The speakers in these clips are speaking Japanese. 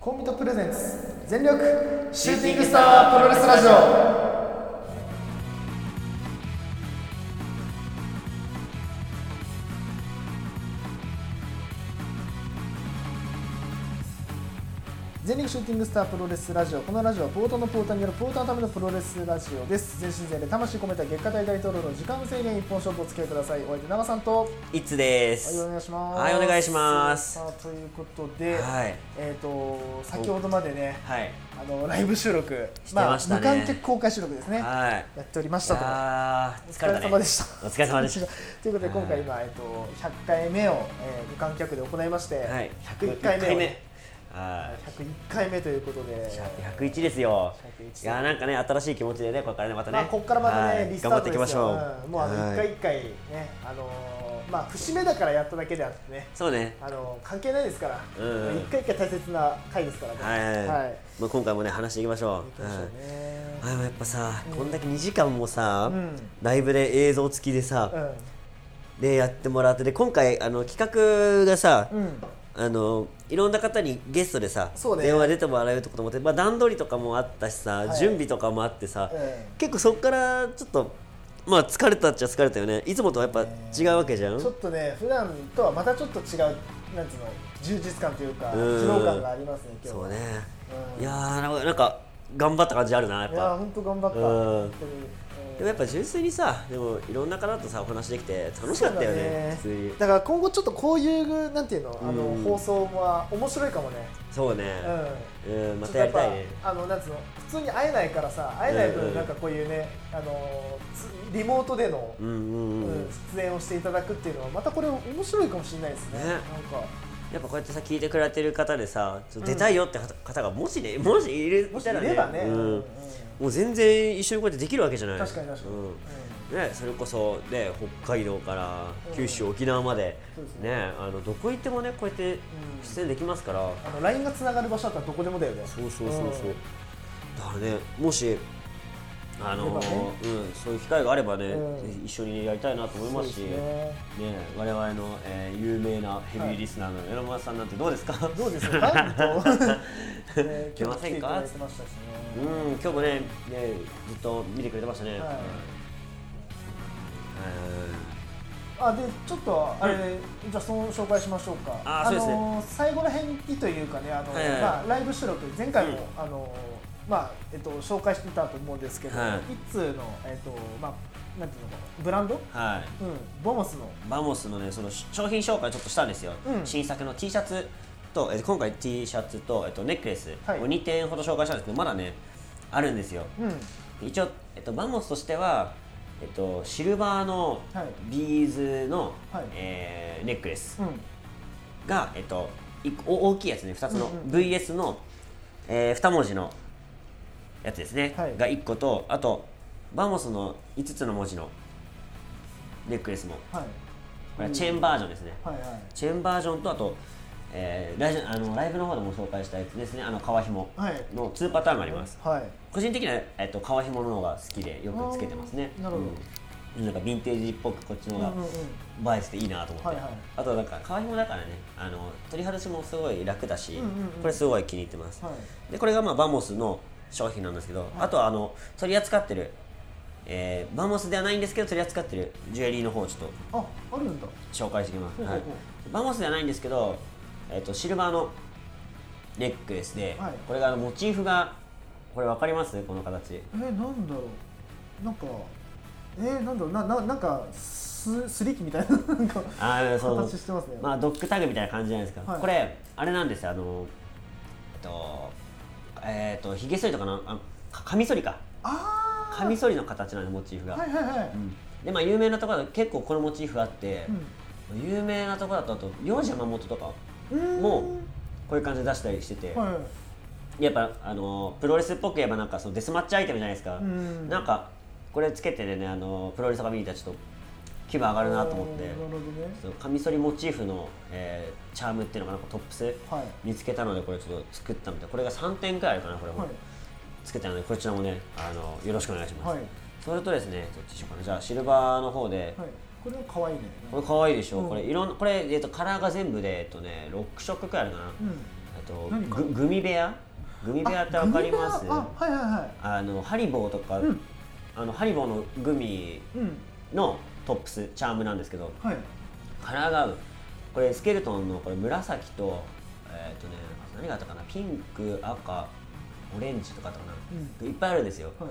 コンビトプレゼンツ全力シューティングスタープロレスラジオ全力シューティングスタープロレスラジオこのラジオはポーターのポーターによるポーターのためのプロレスラジオです全身全霊魂込めた月下大大統領の時間制限一本勝負お付き合いくださいお相手長さんといつではい、おす。願いします。はいお願いしますさあ、ということで、はいえっ、と、先ほどまでね、はい。あのライブ収録、してましたねあ、無観客公開収録ですね。やはい。っておりましいたと。やーお疲れたね。様でした。お疲れ様でし ということで、今回今、えっ、と、100回目を、えー無観客で行いまして、た。はい。 101回目をね。は101回目ということでい。。百一ですよ。 101いやーなんかね新しい気持ちでねここからねまたね。まあ、ここからまたね、はいリスタ頑張ーってトいできすよましょう。んもうあの一は回い。一回ね、あのーまあ節目だからやっただけであってね、そうね。あの関係ないですから、一、うん回一回大切な回ですからね。はい。はい。まあ今回もね話していきましょ行きう。ましょうはいね。あでもやっぱさこんだけ二時間もさうんライブで映像付きでうさん。でやってもらってで今回あの企画がさうん。あのいろんな方にゲストでさ、そうね電話出てもらえるってこともあって、まあ、段取りとかもあったしさ、はい準備とかもあってさ、ええ結構そこからちょっと、まあ、疲れたっちゃ疲れたよねいつもとはやっぱ違うわけじゃん、ちょっとね、普段とはまたちょっと違う、なんつうの、充実感というか、うん疲労感がありますね、今日そは。うね、うんいやーなんかなんか頑張った感じあるなやっいやー、ぱ本当頑張った。うん本当にうんでもやっぱ純粋にさでもいろんな方とさお話できて楽しかったよねそ普通うだにねだから今後ちょっとこういうなんていうのあの、うん放送は面白いかもね、そうねうん、うん、まちょったとやっやりぱたいねあのなんつうの普通に会えないからさ会えないうんう分んなんかこういうね、あのつリモートでの、うんうんうん、うん出演をしていただくっていうのはまたこれ面白いかもしれないですねねなんかやっぱこうやってさ聞いてくれてる方でさちょっと出たいよって方がもしね、もしいるもしたらいればね、ううんうんんもう全然一緒にこうやってできるわけじゃない確かに確かに、うんうんね、それこそ、ね、北海道から九州、沖縄までそうです、ねね、あのどこ行ってもねこうやって出演できますから、あの LINE がつながる場所だったらどこでもだよねそうそうそうそう、うんだからねもしああればのねうん、そういう機会があればね、うんぜひ一緒にやりたいなと思いますしそうですねね、我々の、えー有名なヘビーリスナーの榎村さんなんてどうですか、どうです か本当ね出今ま日来せてんいかただいてましたしうね、ん、今日もねねずっと見てくれてましたね。はいうんあでちょっとあれ、じゃあその紹介しましょうかあそうですねの最後ら辺にというかねあの、はいはいまあ、ライブ収録前回も、うんあのまあえっと、紹介してたと思うんですけど、はい一通の、えっとまあ、なんていうのかなブランド、はいうん、ボモスのバモスのねその商品紹介ちょっとしたんですよ、うん新作の T シャツとえー今回 T シャツと、えっと、ネックレスをはい2点ほど紹介したんですけど、まだねあるんですようん一応、えっと、バモスとしては、えっと、シルバーのはいビーズの、はいえーネックレスうんが、えっと、いお大きいやつね2つの、うんうん VS の、え2文字のやつですね、はいが1個とあとバモスの5つの文字のネックレスもはい、これはチェーンバージョンですね、はいはいチェーンバージョンとあと、えーライジあのライブの方でも紹介したやつですねあの革紐はいの2パターンがあります、はい個人的には、えっと革紐の方が好きでよくつけてますねあーなるほどうんなんかヴィンテージっぽくこっちのうんうん方が映えてていいなと思って、はいはいあとなんか革紐だからねあの取り外しもすごい楽だし、うんうんうんこれすごい気に入ってます、はいでこれがまあバモスの商品なんですけど、あとはあの取り扱ってる、えーバモスではないんですけど取り扱ってるジュエリーの方をちょっとああるんだ紹介してきます、ほうほうはい、バモスではないんですけど、えっとシルバーのネックレスで、はいこれがあのモチーフがこれ分かりますこの形えなんだろうなんかえなんだろうなななんかすすりきみたいななんかあーそう形してますねまあ、ドッグタグみたいな感じじゃないですか、はいこれあれなんですよあのえっとえっとひげ剃りとかのあかカミソリかあカミソリの形なんですモチーフあが、はいはいはい、うんでまあ有名なところだと結構このモチーフがあって、有名なところだとあと幼児山本とかうんもこういう感じで出したりしてて、はいやっぱあのプロレスっぽく言えばなんかそのデスマッチアイテムじゃないですか、うんなんかこれつけてねあのプロレスとか見に行ったらちょっと気分上がるなと思ってなるほどねそのカミソリモチーフの、えーチャームっていうのがなんかトップスはい見つけたのでこれちょっと作ったみたいこれが3点くらいあるかなこれも、はいつけたのでこちらもねあのよろしくお願いしまはす、いそれとですねどっちにしようかなじゃあシルバーの方で、はいこれは可愛いねこれ可愛いでしょ、うんこれいろんこれ、えー、とカラーが全部で、えっとね、6色くらいあるかな、うんあと何かググミ部屋グミ部屋ってわかりますああはいはいはのハリボーとか、うんあのハリボーのグミいうんのトップスチャームなんですけどはいカラーが合うこれスケルトンのこれ紫とえっ、とね何があったかなピンク赤オレンジとかあったかな、いっぱいあるんですよはい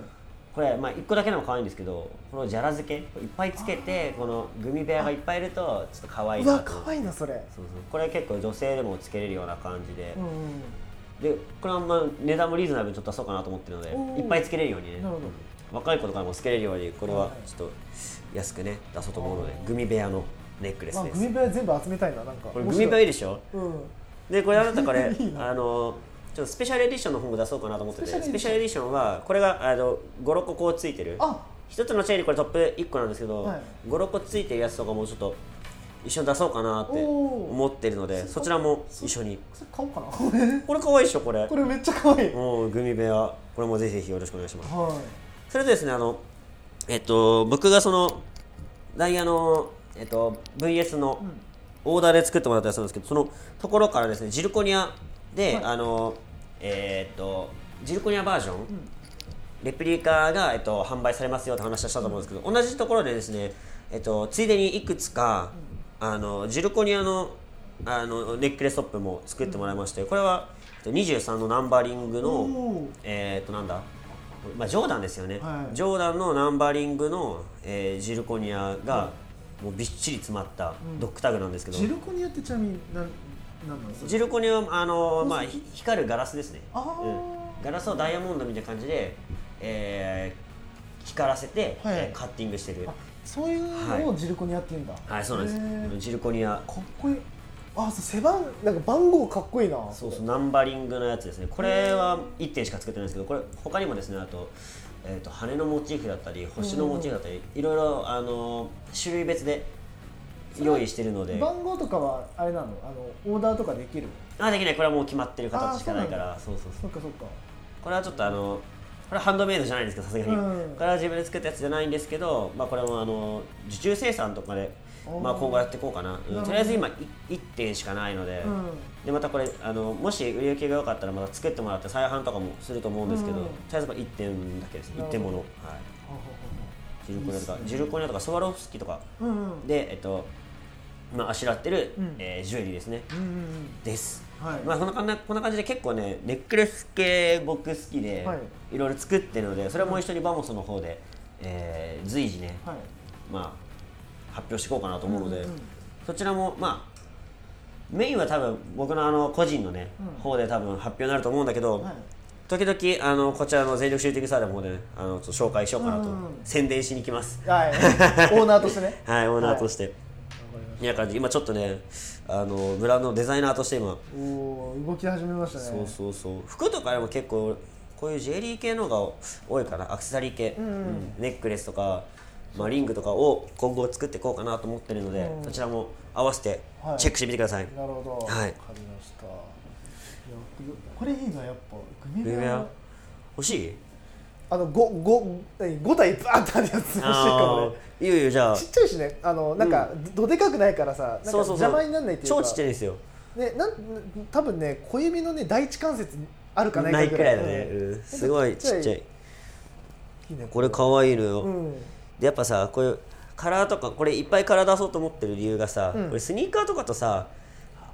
これ、まあ、1個だけでも可愛いんですけどこのじゃら漬けいっぱいつけてこのグミ部屋がいっぱいいるとちょっと可愛いうわなと思っ可て愛いなそれそうそうこれ結構女性でもつけれるような感じでう、んうんでこれはまあ値段もリーズナブルにちょっと出そうかなと思ってるのでおーいっぱいつけれるようにねなるほど若い子とかにもつけれるようにこれははいちょっと安くね出そうと思うのでグミ部屋のネックレスあでグすミ部屋全部集めたいななんかこれグミ部屋いいでしょ面白いうんでこれ あなたこれいいなあのちょっとスペシャルエディションの本も出そうかなと思っててスペシャルエディションスペシャルエディションはこれがあの56個こうついてるあ一つのチェリーこれトップ1個なんですけど、はい56個ついてるやつとかもちょっと一緒に出そうかなっておー思ってるのでそちらも一緒にそれ買おうかな これこれ可愛いでしょこれこれめっちゃ可愛いもうグミ部屋これもぜひぜひよろしくお願いしますはそれとですねあのえっと僕がそのダイヤのえっと VS のんオーダーで作ってもらったやつなんですけどそのところからですねジルコニアで、はいあのえっとジルコニアバージョン、レプリカが、えっと、販売されますよって話をしたと思うんですけど、同じところでですね、えっと、ついでにいくつか、あのジルコニアのあのネックレストップも作ってもらいましてこれはえっと23のナンバリングおのーえーっとなんだまあ、ジョーダンですよね、はいジョーダンのナンバリングの、えージルコニアが、もうびっちり詰まったドッグタグなんですけいど、ジルコニアってちなみに何なんなんですかジルコニアはあの、まあ、ひ光るガラスですね、あーうんガラスをダイヤモンドみたいな感じで、えー光らせて、はいえーカッティングしてるあそういうのはをジルコニアって言うんだはいそうなんへですージルコニアかっこいいあそう背番なんか番号かっこいいなそうそうナンバリングのやつですねこれは1点しか作ってないんですけどこれ他にもですねあと,、えー、と羽のモチーフだったり星のモチーフだったりいろいろあの種類別で用意してるので番号とかはあれなのあのオーダーとかできるあできないこれはもう決まってる形しかないかあらそうそうそそうっかそっかこれはちょっとあのこれはハンドメイドじゃないんですけどさすがうに、んこれは自分で作ったやつじゃないんですけど、まあ、これもあの受注生産とかで、まあ、おー今後やっていこうかな、うんるほどとりあえず今い1点しかないので、うんでまたこれあのもし売り行きが良かったらまた作ってもらって再販とかもすると思うんですけど、うんとりあえずこれ1点だけですな1るほど点もの、はい、はははジルコニアとかいいっすねジルコニアとかソワロフスキーとかはうんうんで、えっとまあ、あしらってる、うんえージュエリーですねうんうんです、はいまあ、こんな感じこんな感じで結構ねネックレス系僕好きで、、はいろいろ作ってるのでそれも一緒にバモスの方で、えー随時ね、はいまあ、発表していこうかなと思うので、うんうんうんそちらもまあメインは多分僕のあの個人のね、うん方で多分発表になると思うんだけど、はい時々あのこちらの全力シューティングサーダーの方でねあのちょっと紹介しようかなと、うんうん宣伝しに来ます はいオーナーとしてねはいオーナーとしてて、い、や感じ今ちょっとねあのブランドのデザイナーとして今おー動き始めましたねそうそうそう服とかでも結構こういうジュエリー系のが多いかなアクセサリー系、んうんうんネックレスとか、まあ、リングとかを今後作っていこうかなと思ってるので、うんそちらも合わせてはいチェックしてみてください、なるほどはいわかりましたいやこれいいなやっぱグミル部イベ屋ア欲しいあの五五え五体バーってあるやつ欲しいかもあねーいよいよじゃあちっちゃいしねあのなんかどでかくないからさなんかそうそうそう邪魔にならないっていうか超ちっちゃいですよねなん多分ね小指のね第一関節あるかないなかいくぐらいらいだね、うんうんすごいちっちゃいいいねこれ可愛いのよ、うんでやっぱさこういうカラーとかこれいっぱいカラー出そうと思ってる理由がさ、うんこれスニーカーとかとさ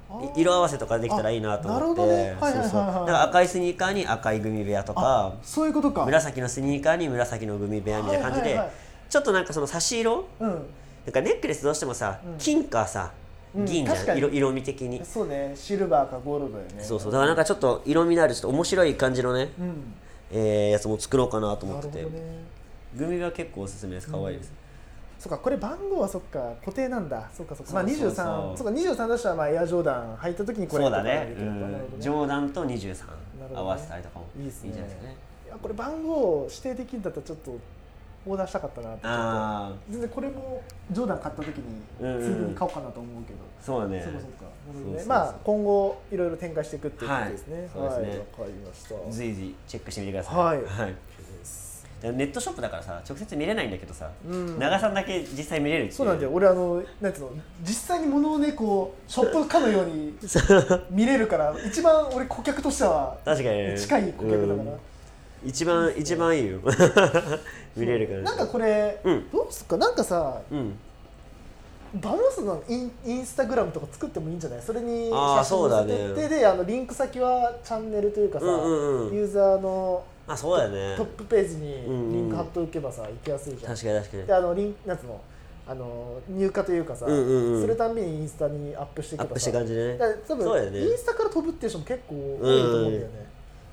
あい色合わせとかできたらいいなと思ってあなるほどねはいはいはいはいそうそうだから赤いスニーカーに赤いグミ部屋とあかそういうことか紫のスニーカーに紫のグミ部屋みたいな感じはいで、はいはいちょっとなんかその差し色うんなんかネックレスどうしてもさ、うん金かさうん銀じゃ確ん、かに色色味的に、そうねシルバーかゴールドよねそうそうだからなんかちょっと色味のあるちょっと面白い感じのね、うんえーやつも作ろうかなと思なっるてほて、どねグミ部屋結構おすすめです可愛いです、そっかこれ番号はそっか固定なんだそっかそっかまあそうそうそう23そっか23出したらまあエアジョーダン入った時にこれそうだとねかができるのかなるほどね冗談とほ23どね合わせたりとかもいいいいっんすじねゃないですかねいやこれ番号指定できるんだったらちょっとオーダーしたかったなってちょっとああ全然これもジョーダン買った時につうんうんいでに買おうかなと思うけど、そうだねそうかそうかなるほどねそうそうそうまあ今後いろいろ展開していくっていうことですねはいそうですねわかりました随時チェックしてみてくださいはいはいでネットショップだからさ直接見れないんだけどさ、うん長さんだけ実際見れるっていそうなんだよ俺あのなんつうの実際に物をねこうショップかのように 見れるから一番俺顧客としては確かに近い顧客だから、うん一番一番 いいよ見れるからなんかこれ、うんどうすっかなんかさうんバモスのインインスタグラムとか作ってもいいんじゃないそれにあー写真載せてそうっだて、ねであのリンク先はチャンネルというかさ、うんうんうんユーザーのあそうだよねトップページにうんうんリンク貼っておけばさ行きやすいじゃん、確かに確でかあのリンなんつうのあの入荷というかさ、うんうんうんするたんびにインスタにアップしていにアけッばプしさて感じでねだから多そうだよ分、ねインスタから飛ぶっていう人も結構多いと思うんだよね、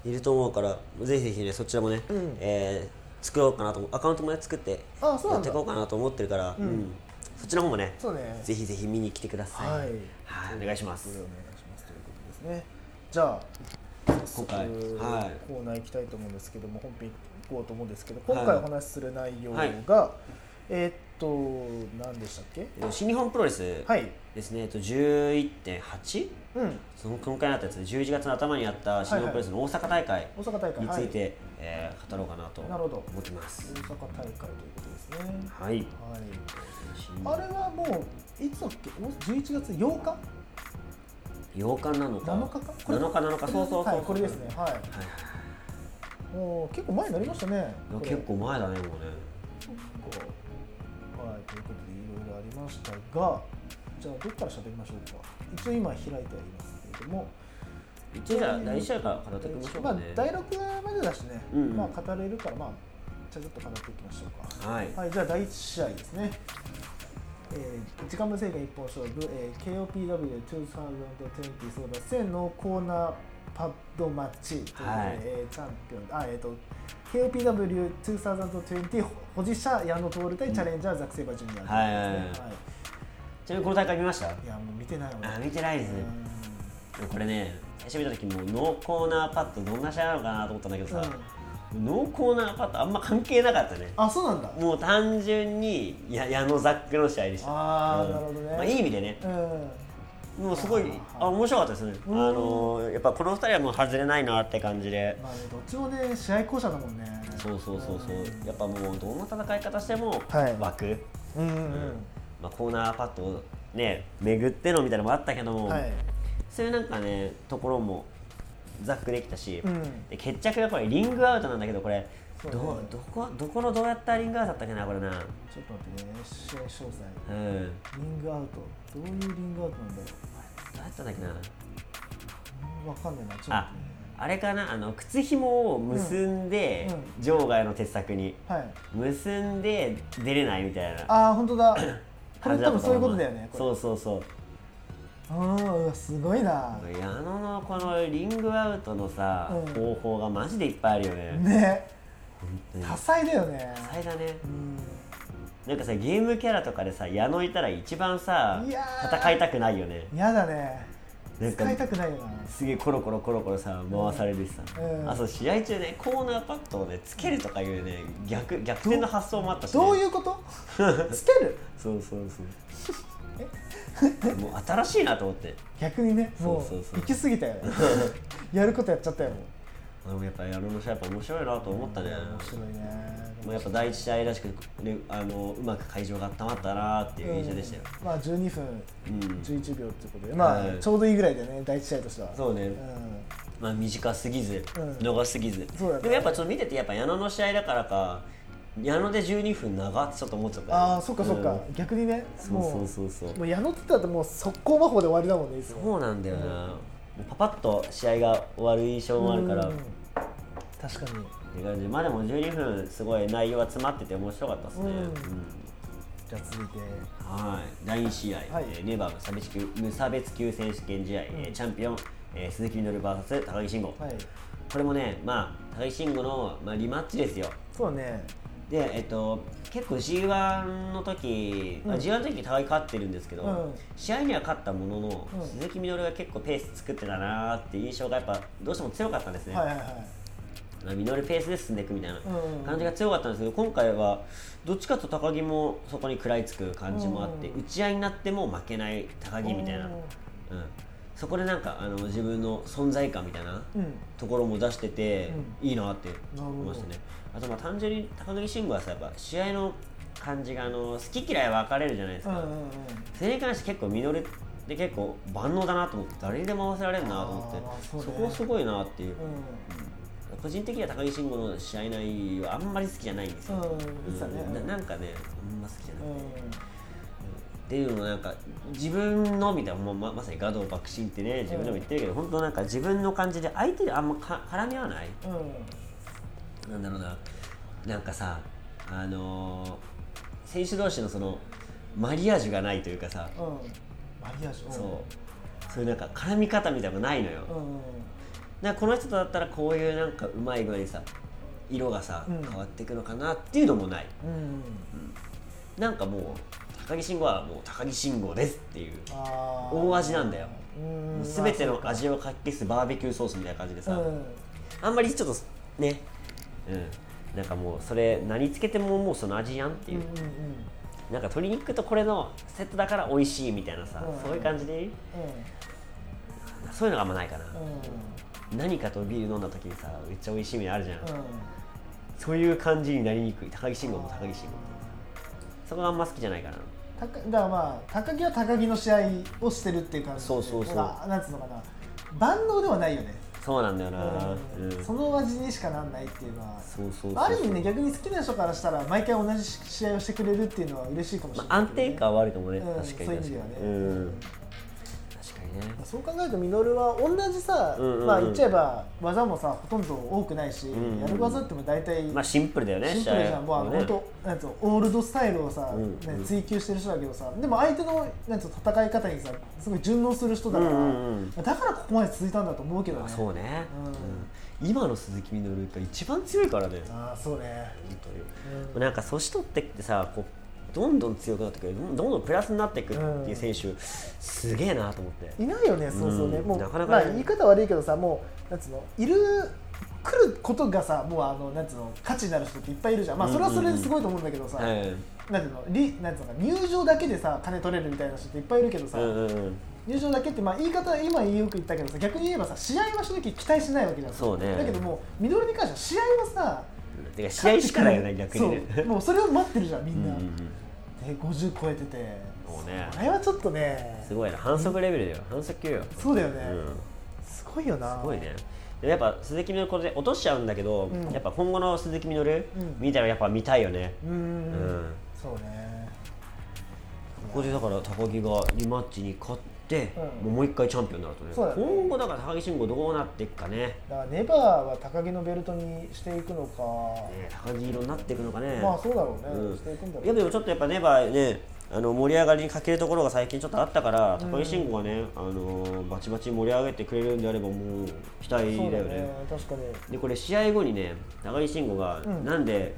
いると思うからぜひぜひねそちらもね、うんえー作ろうかなと思アカウントもね作ってあそうなやっんてだいこうかなと思ってるから、うんうんそっちの方もねそうねぜひぜひ見に来てくださいはいはいお願いしますお願いしますということですねじゃあ今回はコーナー行きたいと思うんですけども本編行こうと思うんですけどはい今回お話しする内容が、えーっと何でしたっけい新日本プロレスはいですね、えっと、11.8? うんその今回にあったやつで11月の頭にあった新日本プロレスの大阪大会大阪大会について、はえー語ろうかなとなるほど思ってま大阪す。大会ということですねはい、はいあれはもういつだっけお11月8日8日なのか7日かこれ7日7日そうそうそう、はいこれですねはいはい、もう結構前になりましたねいやこれ結構前だねもうねはい、ということでいろいろありましたが、じゃあどっから喋りましょうか。一応今開いてありますけれども、一応じゃあ第一試合から語っていきましょうまかあね、第六話までだしね、うんうんまあ語れるからまあじゃあちょっと語っていきましょうか。はい、はい、じゃあ第一試合ですね。えー、時間無制限一本勝負、えー、KOPW2020 そうだ戦のコーナーパッドマッチということで、はいえーチャンピオンあえっ、と KOPW2020 保持者矢野徹対チャレンジャー、ザック・セイバージュニアとはいはいいうはいことですねちなみにこの大会見ましたいやもう見てない俺あ見てないですね、でもこれね最初見た時もうノーコーナーパッドどんな試合なのかなと思ったんだけどさ、ノーコーナーパッドあんま関係なかったねあそうなんだもう単純にや矢野ザックの試合でしたあーうんなるほどねまあ、いい意味でねうんもうすごいあ面白かったですね、うんあのーやっぱこの二人はもう外れないなって感じで、まあねどっちもね試合巧者だもんねそうそうそうそう、んやっぱもうどんな戦い方してもはい枠、うんうんまあ、コーナーパッドをね巡ってのみたいなのもあったけどうも、んはいそういうなんかねところもざっくできたし、うんで決着がこれリングアウトなんだけどこれ、そうねどどこどこのどうやったリングアウトだったっけなこれな、ちょっと待ってね試合詳細うん、リングアウトどういうリングアウトなんだろどうやったんだっけなうわかんないなちょっとあ待あれかなあの靴紐を結んで、場外の鉄柵にってねはい結んで出れないみたいなああ本当だこ感れ多じだっ分たそういう思ことだよねこれそうそうそうあーうわすごいな矢野のこのリングアウトのさ、うん方法がマジでいっぱいあるよね、ね本当に多彩だよね多彩だねうんなんかさゲームキャラとかでさ矢野いたら一番さいやー戦いたくないよね嫌だねなんか使いたくないよなすげえコロコロコロコロさ回されるしさ、うんあそう試合中ねコーナーパッドをねつけるとかいうね逆逆転の発想もあったし、ね、どういうこと つけるそうそうそうもう新しいなと思って逆にねもそうそううそう行き過ぎ たよねやることやっちゃったよもうでもやっぱ矢野の試合やっぱ面白いなと思ったね、面白いもうねやっぱ第一試合らしくねあのうまく会場が温まったなっていう印象でしたよ、うんまあ12分うん11秒ってことでまはあいちょうどいいぐらいだよね第一試合としてはそうね、うんまあ、短すぎず、うん長すぎず、そうだねでもやっぱちょっと見ててやっぱ矢野の試合だからか矢野で12分長ってちょっと思っちゃった、ね、ああそっかそっかん逆にねそもうそうそううそもうう矢野って言ったらもう速攻魔法で終わりだもんねいつもそうなんだよな、もうパパッと試合が終わる印象もあるから、うんっ確かにて感じでまあでも12分すごい内容は詰まってて面白かったですね、うんうんじゃあ続いてはい第2試合、はいえーネバー無差別級無差別級選手権試合、えーチャンピオン、えー鈴木みのる VS 高木慎吾、はいこれもねまあ高木慎吾の、まあ、リマッチですよそうねでえっと結構 G1 の時、まあうん G1 の時高い勝ってるんですけど、うん試合には勝ったものの、うん鈴木みのるが結構ペース作ってたなーっていう印象がやっぱどうしても強かったんですね、はいはいはいまあみのるペースで進んでいくみたいなうんうん感じが強かったんですけど今回はどっちかというと高木もそこに食らいつく感じもあって、うん打ち合いになっても負けない高木みたいな、うん、そこでなんかあの自分の存在感みたいなうんところも出してて、いいなってなるほ思いどましたねあとまあ単純に高木慎吾はさやっぱ試合の感じがあの好き嫌い分かれるじゃないですうか、んうんうんそれに関して結構ミノルで結構万能だなと思って誰にでも合わせられるなと思あってーそ,、そうねこすごいなっていう、う個人的には高木慎吾の試合内容はあんまり好きじゃないんですよ、んうん言ってたねうんななんかねあんま好きじゃない、うんっていうのもなんか自分のみたいなまままさに画道爆心ってね自分でも言ってるけど、本当なんか自分の感じで相手であんまか絡み合わないうんなんだろうななんかさあのー選手同士のそのマリアージュがないというかさ、うんマリアージュそうそういうなんか絡み方みたいなのがないのよ、うんうんなんかこの人とだったらこういうなんかうまい具合にさ色がさ、うん変わっていくのかなっていうのもないうんなんかもう高木慎吾はもう高木慎吾ですっていうあー大味なんだようんもう全ての味をかき消すバーベキューソースみたいな感じでうさ、んあんまりちょっとねうんなんかもうそれ何つけてももうその味やんっていうう、んうんうんなんか鶏肉とこれのセットだから美味しいみたいなさ、うんそういう感じでそういうのがあんまないかな、うんうん何かとビール飲んだ時にさめっちゃ美味しいみたいなのあるじゃん、うんそういう感じになりにくい高木慎吾も高木慎吾もそこがあんま好きじゃないかなたかだからまあ高木は高木の試合をしてるっていう感じでそうそうそうなんかなんつうのかな万能ではないよね、そうなんだよな、ううんんそそうの味にしかなんないっていうのはそうそうある意味ね逆に好きな人からしたら毎回同じ試合をしてくれるっていうのは嬉しいかもしまれあ、ないけ安どね、定感はあるかもね、うん確かにそういう意確味かではにねうん確かにねそう考えるとミノルは同じさ、うんうんうんまあ言っちゃえば技もさほとんど多くないし、んうんやる技っても大体まあシンプルだよねシンプルじゃん、もうあのね本当なんつうのオールドスタイルをさ、うんうんね追求してる人だけどさ、でも相手のなんつうの戦い方にさ、すごい順応する人だから、うんうんうんだからここまで続いたんだと思うけどね。あそうね、ううん今の鈴木みのるが一番強いからね本ああそうね。当になんか年取ってきてさこうどんどん強くなってくるどんどんプラスになっていくっていう選手、すげえなと思っていないよね、そうそうね、うんもうなかなかねまあ言い方悪いけどさ、もうなんつうのいる。来ることがさ、もうあのなんつうの価値になる人っていっぱいいるじゃん。まあそれはそれですごいと思うんだけどさ、はいなんつうのりなんつうのか入場だけでさ金取れるみたいな人っていっぱいいるけどさ、うんうんうん入場だけって、まあ、言い方は今よく言ったけどさ逆に言えばさ試合は正直期待しないわけじゃんそうねだけどもうミドルに関しては試合はさてか試合しかないよね勝っ逆てにねそうもうそれを待ってるじゃんみうんんうな、んうんで50超えててそうねこれはちょっとねすごいな反則レベルだよ反則級よ、そうだよね、うん、すごいよなすごいねでやっぱ鈴木みのるこれで落としちゃうんだけど、うんやっぱ今後の鈴木みのるうんみたいなのやっぱ見たいよね、うーんうんんそうねここでだから高木がリマッチに勝って、うんもう一回チャンピオンになるとねそうだね今後だから高木慎吾どうなっていくかねだからネバーは高木のベルトにしていくのか、ね高木色になっていくのかねまあそうだろうね、うんしていくんだいやろうでもちょっとやっぱネバーねあの盛り上がりに欠けるところが最近ちょっとあったから、高木慎吾がね、あのーバチバチ盛り上げてくれるんであればもう期待そうだだよよねね確かにでこれ試合後にね高木慎吾が、んなんで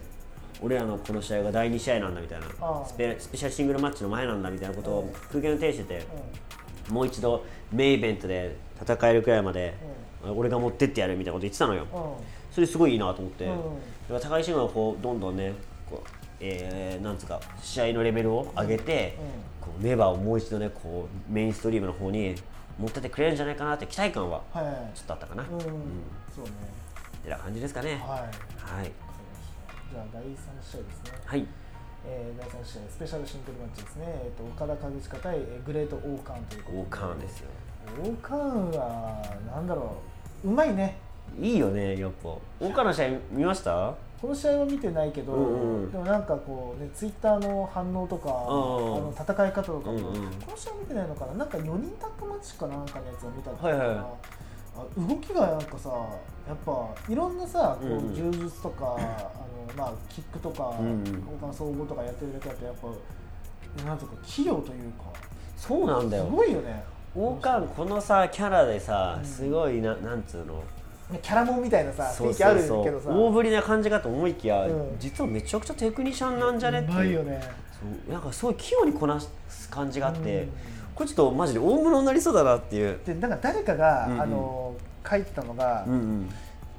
俺らのこの試合が第2試合なんだみたいあなあスペスペシャルシングルマッチの前なんだみたいなことを空気の呈してて、もう一度メインイベントで戦えるくらいまで、俺が持ってってやるみたいなこと言ってたのよ、うん、うんそれすごいいいなと思って、うんだから高木慎吾がこうどんどんねこう、えーなんつうか試合のレベルを上げて、こうネバーをもう一度ねこうメインストリームの方に持ってってくれるんじゃないかなって期待感ははい、ちょっとあったかな、うん、ってそうねな感じですかね。はいはい、じゃあ第3試合ですね、はい、えー第3試合スペシャルシングルマッチですね、えー、と岡田和親対えーグレート・オーカーンということ王冠ですよ。オーカーンはなんだろううまいねいいよね、やっぱ。王冠の試合見ました。この試合は見てないけど、うんうんでもなんかこうねツイッターの反応とか、んうあんの戦い方とかも、うんうんこの試合見てないのかななんか4人タッグマッチかなんかのやつを見たのかはいなはいあ動きがなんかさやっぱいろんなさこうんううん柔術とか、あのまあキックとか、うんうん他の総合とかやってるだけだとやっぱなんとか器用というかそうなんだすよ。ごいよね王冠、このさ、キャラでさ、すごいな、なんつうの。キャラモンみたいなさそう雰囲気あそるうけそどさう。大ぶりな感じかと思いきやうん、実はめちゃくちゃテクニシャンなんじゃねってうまいいよう。ねそう、なんかすごい器用にこなす感じがあっうてん。これちょっと、マジで大物になりそうだなっていう。でなんか誰かが、うんうんあの書いてたのが、うんうん。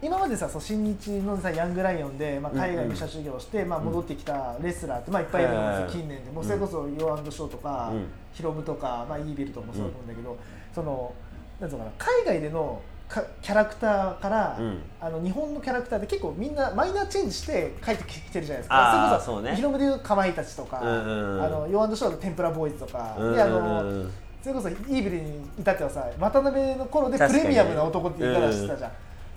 今までさそう新日のさヤングライオンで、まあ、海外武者修行をして、まあ、戻ってきたレスラーって、まあ、いっぱいいると思うんですよ近年でもうそれこそヨアンドショーとか、うんヒロムとか、まあ、イービルとかもそうだと思うんだけど、そのなんつうのかな海外でのかキャラクターから、うんあの日本のキャラクターって結構みんなマイナーチェンジして帰ってきてるじゃないですあかーそうねヒロムでいうかまいたちとか、うんうんうんあのヨアンドショーの天ぷらボーイズとか、うんであのそれこそイーブリに至ってはさ渡辺の頃でプ確かにレミアムな男って言い方してたじゃ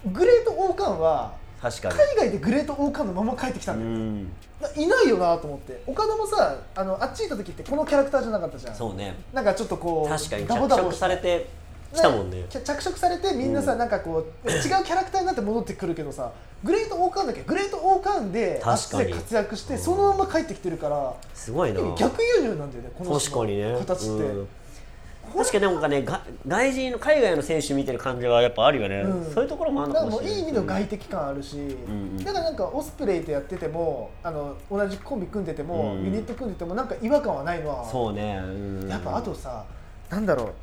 ん、グレートオーカンは確か海外でグレートオーカンのまま帰ってきたんにだうよ、んないないよなと思って岡田もさあのあっち行った時ってこのキャラクターじゃなかったじゃんそうねなんかちょっとこう確かにダ着ボダボ色したされてきたもんね着着色されてみんなさ、うんなんかこう違うキャラクターになって戻ってくるけどさグレートオーカーンだっけグレートオーカーンであっ確ちかにで活躍してそのまま帰ってきてるからすごいな逆輸入なんだよねこの確人かにねの形って、うん確かになんかねが外人の海外の選手見てる感じはやっぱあるよね、うんそういうところもあるだのかもからもしうれないい意味の外敵感あるし、うんだからなんかオスプレイとやっててもあの同じコンビ組んでても、うんユニット組んでてもなんか違和感はないのはそうね、うんやっぱあとさなんだろう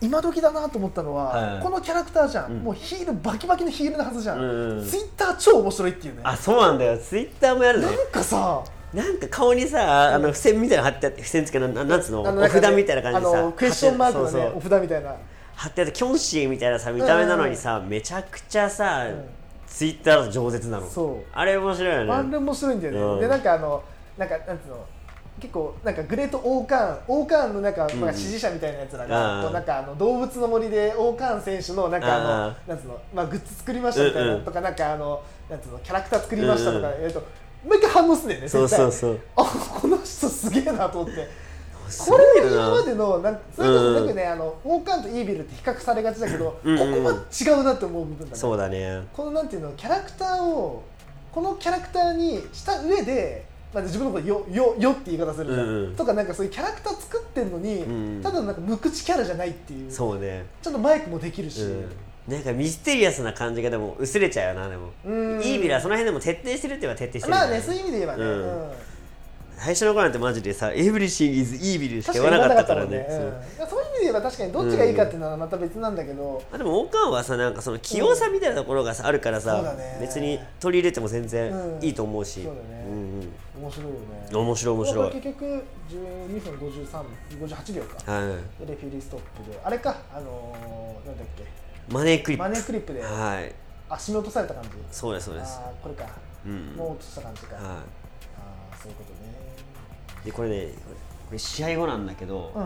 今時だなと思ったのは、はいこのキャラクターじゃん、うんもうヒールバキバキのヒールなはずじゃん、うんツイッター超面白いっていうねあそうなんだよツイッターもやるねなんかさなんか顔にさあの付箋みたいなの貼ってあって付箋つけなななんつうのあのお札みたいな感じであさのクエスチョンマークのねそうそうお札みたいな貼ってあってキョンシーみたいなさ見た目なのにさ、めちゃくちゃさ、んツイッターだと饒舌なのそうあれ面白いあよれね面白いんだよね、うんでなんかあのなんかなんつうの結構なんかグレートオーカーンオーカーンのなんか、んまあ、支持者みたいなやつらが、あーこうなんかあの動物の森でオーカーン選手のなんかあのあなんつうのまあグッズ作りましたみたいなうんうんとか、なんかあのなんつうのキャラクター作りましたとかうんやると、毎回反応すんだよね絶そ対うそうそうあこの人すげえなと思って。すこごれいは今よまなでのなんそれこそよくね、あのオーカーンとイービルって比較されがちだけどうんここは違うなって思う部分だねそうだねこのなんていうのキャラクターをこのキャラクターにした上で、まあ、自分のことよよよって言い方するじゃん、うんうんとかなんかそういうキャラクター作ってんのに、んうんただのなんか無口キャラじゃないっていうちょそうねっとマイクもできるし、うん、なんかミステリアスな感じがでも薄れちゃうよなでもうんイービルはその辺でも徹底してるって言えば徹底してるまあんだねよそういう意味で言えばね、ううんん最初の頃なんてマジでさ「エブリシング・イズ・イービル」しか確言かわに言なわかなっかたったかもらんねね、そううんそういう意味で言えば確かにどっちがいいかっていうのはまた別なんだけど、まあでもオカンはさなんかその器用さみたいなところがさあるからそうださ、ね別に取り入れても全う然んいいと思うし、そうだねん面白いよねうん、面白い面白い、これ結局12分53分58秒かはでレフェリーストップであれかあのー、なんだっい、マネークけリッマプネークリップで、はいあ締め落とされた感じそうですそうですあーこれか、うんもう落とした感じか、あはあーそういうことねいでこれねこれこれ試合後なんだけど、うん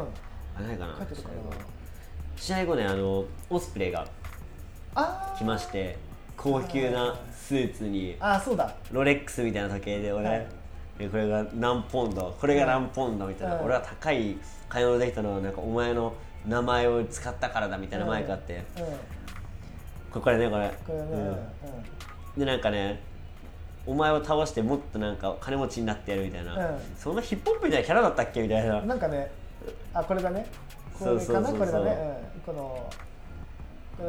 あれないかな書いてるかな試合後ねあのオスプレイがあ来まして高級なスーツにああーそうだロレックスみたいな時計で俺、はいえこれが何ポンドこれが何ポンドみたいな、はい俺は高い買い物できたのはなんかお前の名前を使ったからだみたいな前があって、うんこここれねこれれね、うんうんでなんかねお前を倒してもっとなんか金持ちになってやるみたいな、うんそんなヒップホップみたいなキャラだったっけみたいな、なんかねあこれだねこそうれそうかそうなそうこれだね、うん、このこ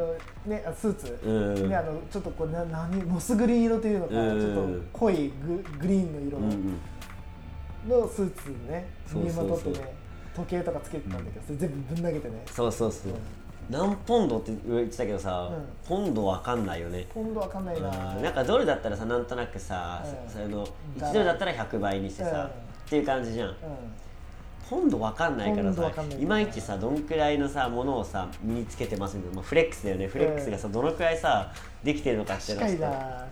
のねあスーツ、うんねあのちょっとこれな何モスグリーン色というのかな、うんちょっと濃いググリーンの色うんの,、うんスーツねそう身そうそまうとってね時計とかつけてたんだけどそれ全部ぶん投げてねそうそうそう、うん何ポンドって言ってたけどさ、うんポンドわかんないよね今度わかんないなうんなんかドルだったらさなんとなくさ、うんそそれのだ1ドルだったら100倍にしてさ、うんっていう感じじゃんうポンドわかんないからポンドわさかんないいまいちさどんくらいのさものをさ身につけてますみたいな、まあ、フレックスだよねフレックスがさ、どのくらいさできてるのかっていん、う近いのはな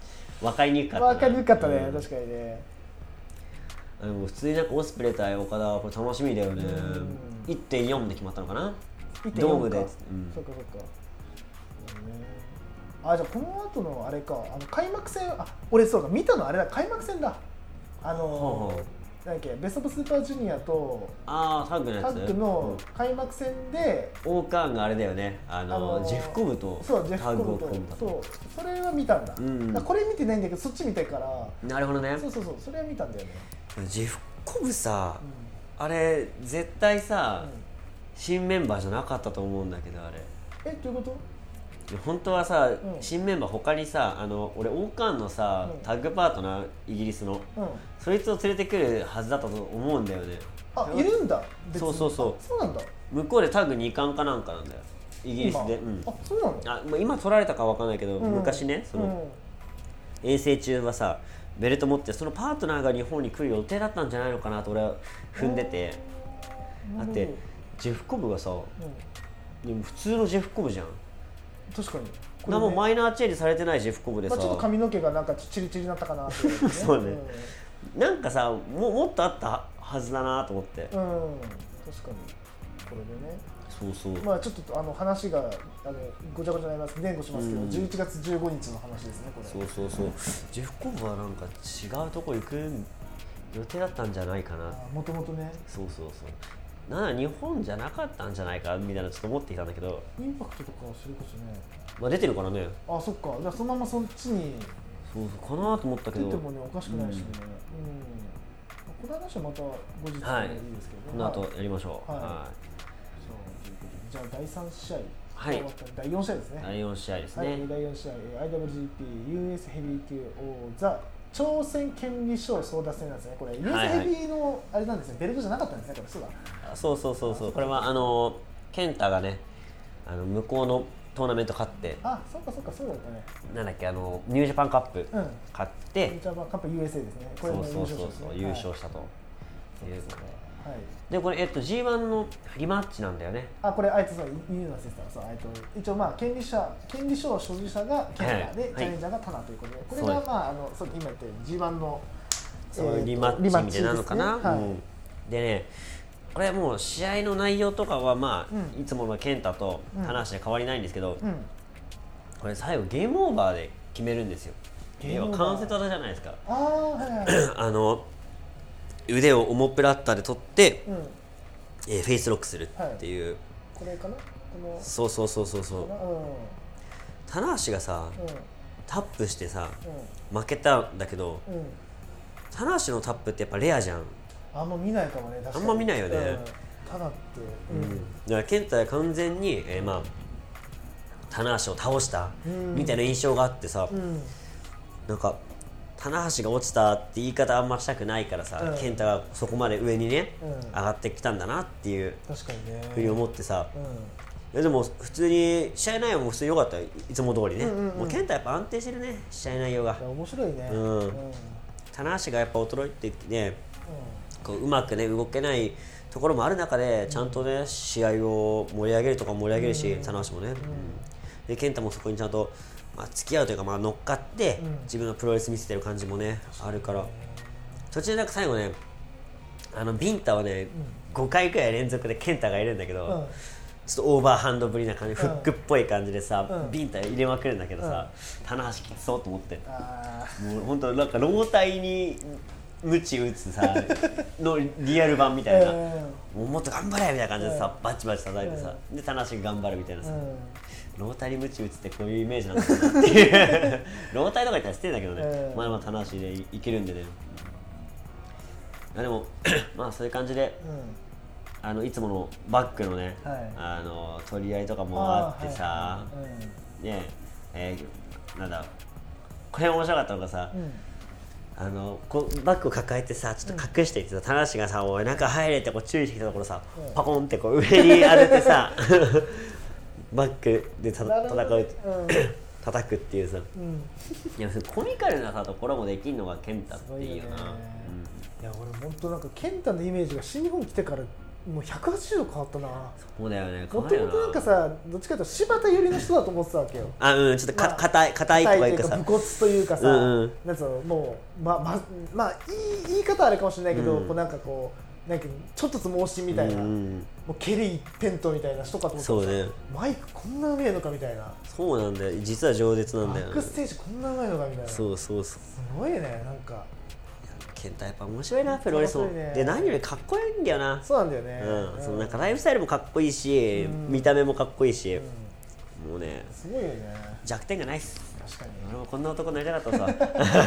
分かりにくかったな分かりにくかったね、うん確かにねあの普通になんかオスプレイ対岡田はこれ楽しみだよね、う1.4で決まったのかな1.4ドームで、かうんそっかそっか、うんあじゃあこの後のあれかあの開幕戦あ俺そうか見たのあれだ開幕戦だあほうのほうなんだっけベスト・オブ・スーパージュニアとああタッグのタやつッグの開幕戦で、うん王冠があれだよねあの、あのージェフコブとタそうジェッフ・グコをブと組んだとそうそれは見たんだ,、うんこれ見てないんだけどそっち見たいからなるほどねそうそうそうそれは見たんだよね、ジェフコブさうん、あれ絶対さ、うん新メンバーじゃなかったと思うんだけどあれえどういうこと本当はさ、うん新メンバー他にさあの俺王冠のさ、うんタッグパートナーイギリスのうんそいつを連れてくるはずだったと思うんだよねあいるんだ別にそうそうそうあそうなんだ向こうでタッグ2冠かなんかなんだよイギリスで、今うんあそうなのあまあ今取られたかわかんないけど、うん昔ねその、遠征中はさベルト持ってそのパートナーが日本に来る予定だったんじゃないのかなと俺は踏んでてうんだってジェフコブがさうんでも普通のジェフコブじゃん確かにこれもマイナーチェンジされてないジェフコブでまさ、あ、ちょっと髪の毛がなんかチリチリになったかなっていうねそうねなんかさももっとあったはずだなと思ってう、ん、うん確かにこれでねそうそう、まあちょっとあの話があのごちゃごちゃになります前後しますけど、うん11月15日の話ですねこれそうそうそうジェフコブはなんか違うとこ行く予定だったんじゃないかなもともとねそうそうそうなんなら日本じゃなかったんじゃないかみたいなちょっと思っていたんだけど、インパクトとかはそれこそねまあ、出てるからねあそっかじゃあそのままそっちにそうそうかなと思った出てけどもねおかしくないしねうん、この話はまた後日でいいはいですけこどね、のはい後やりましょうはいはそうということでじゃあ第3試合、はい終わった第4試合ですね、い第4試合ですはい、ね第4試合、えー IWGP US ヘビー級王座朝鮮権利賞争奪戦なんですね、これ、US はいはいヘビーのあれなんですね、ベルトじゃなかったんですね、これ、そうだ、あそうそうそうそうこれはあの健太がねあの向こうのトーナメント勝ってあそうかそうか、そうだったね、なんだっけあのニュージャパンカップうん、勝っベルてトジャパンカップ USA ですね、こそれうもそうそうですそうね優勝したということではい、はいでこれえっと G1 のリマッチなんだよねあこれ、あいつ、そう、言うの忘れてた、そう、あいつ、一応、まあ、権利者、権利賞所持者がケンターで、はいチャレンジャーがタナということで、これそうが、ですまあ、あのそう今言ったように、G1 の、そういえーうとリマッチみたいなのかな、リマッチですねはいうんでねこれもう試合の内容とかはまあ、うんいつもの健太と話で変わりないんですけど、うんこれ最後ゲームオーバーで決めるんですよゲーム要オーはバー関節技じゃないですかあーはいはいはい、あの腕をオモプラッタで取って、うんえーフェイスロックするっていう、これかなこのそうそうそうそうそうかなう棚橋がんさうんタップしてさ負けたんだけどうんうん棚橋のタップってやっぱレアじゃん、あんま見ないかもね確かにあんま見ないよねうんただってうんだから健太は完全に、えーまあ棚橋を倒したうんみたいな印象があってさ、うんなんか棚橋が落ちたって言い方あんましたくないからさ、うん健太がそこまで上にね、うん上がってきたんだなっていう確かにねふうに思ってさ、ういやでも普通に試合内容も普通に良かったよいつも通りね、うんうんうんもう健太やっぱ安定してるね試合内容がん面白いねうんうん棚橋がやっぱ衰えてきてねこううまくね動けないところもある中でちゃんとね試合を盛り上げるとか盛り上げるし、棚橋もね、で健太もそこにちゃんと、まあ、付き合うというか、まあ、乗っかって、うん自分のプロレス見せてる感じもねあるから途中でなんか最後ねあのビンタはね、5回くらい連続で健太がいるんだけど、うんちょっとオーバーハンドぶりな感じ、フックっぽい感じでさ、うんビンタ入れまくるんだけどさ、棚橋きつそうと思って、あもう本当なんか老体に鞭打 つさのリアル版みたいな、うんもうもっと頑張れみたいな感じでさ、バチバチ叩いてさ、で棚橋が頑張るみたいなーさ、うんロータリームチ打つってこういうイメージなんだなっていう ロータリーとか言ったら失礼だけどね、うんまあまあ棚橋でいいけるんでねあでも まあそういう感じでうんあのいつものバックのね、はいあの取り合いとかもあってさあーはいはいねえーなんだこれ面白かったのがさ、うんうんあのこうバッグを抱えてさちょっと隠していてさ棚橋がさ「おい中入れ」ってこう注意してきたところさ、うんパコンってこう上に当て てさバッグでたなるほど戦うね叩くっていうさうんうんいやコミカルなさところもできるのが健太っていいよなすごいよねいや俺本当なんか健太のイメージが新日本来てからもう180度変わったなうん、そうだよねもともとなんかさどっちかというと柴田由里の人だと思ってたわけよあうんちょっとかまあ硬い硬いとかいうかさ武骨というかさ、うんうんなんつうのもうまままあいい言い方はあれかもしれないけど、うんこうなんかこうなんかちょっとつ盲信みたいな、うんもうんうケリー一辺倒みたいな人かと思ってたそうねマイクこんなうめえのかみたいなそうなんだよ実は饒舌なんバだよックステージこんなうまいのかみたいなすそうそうそうごいねなんか健太やっぱ面白いなプロレスも、面白いねで何よりかっこいいんだよなそうなんだよね、うん、そのなんかうんライフスタイルもかっこいいし、うん見た目もかっこいいし、もうねすごいよね弱点がないっす確かに俺もこんな男になりたかった 確かにねさはい、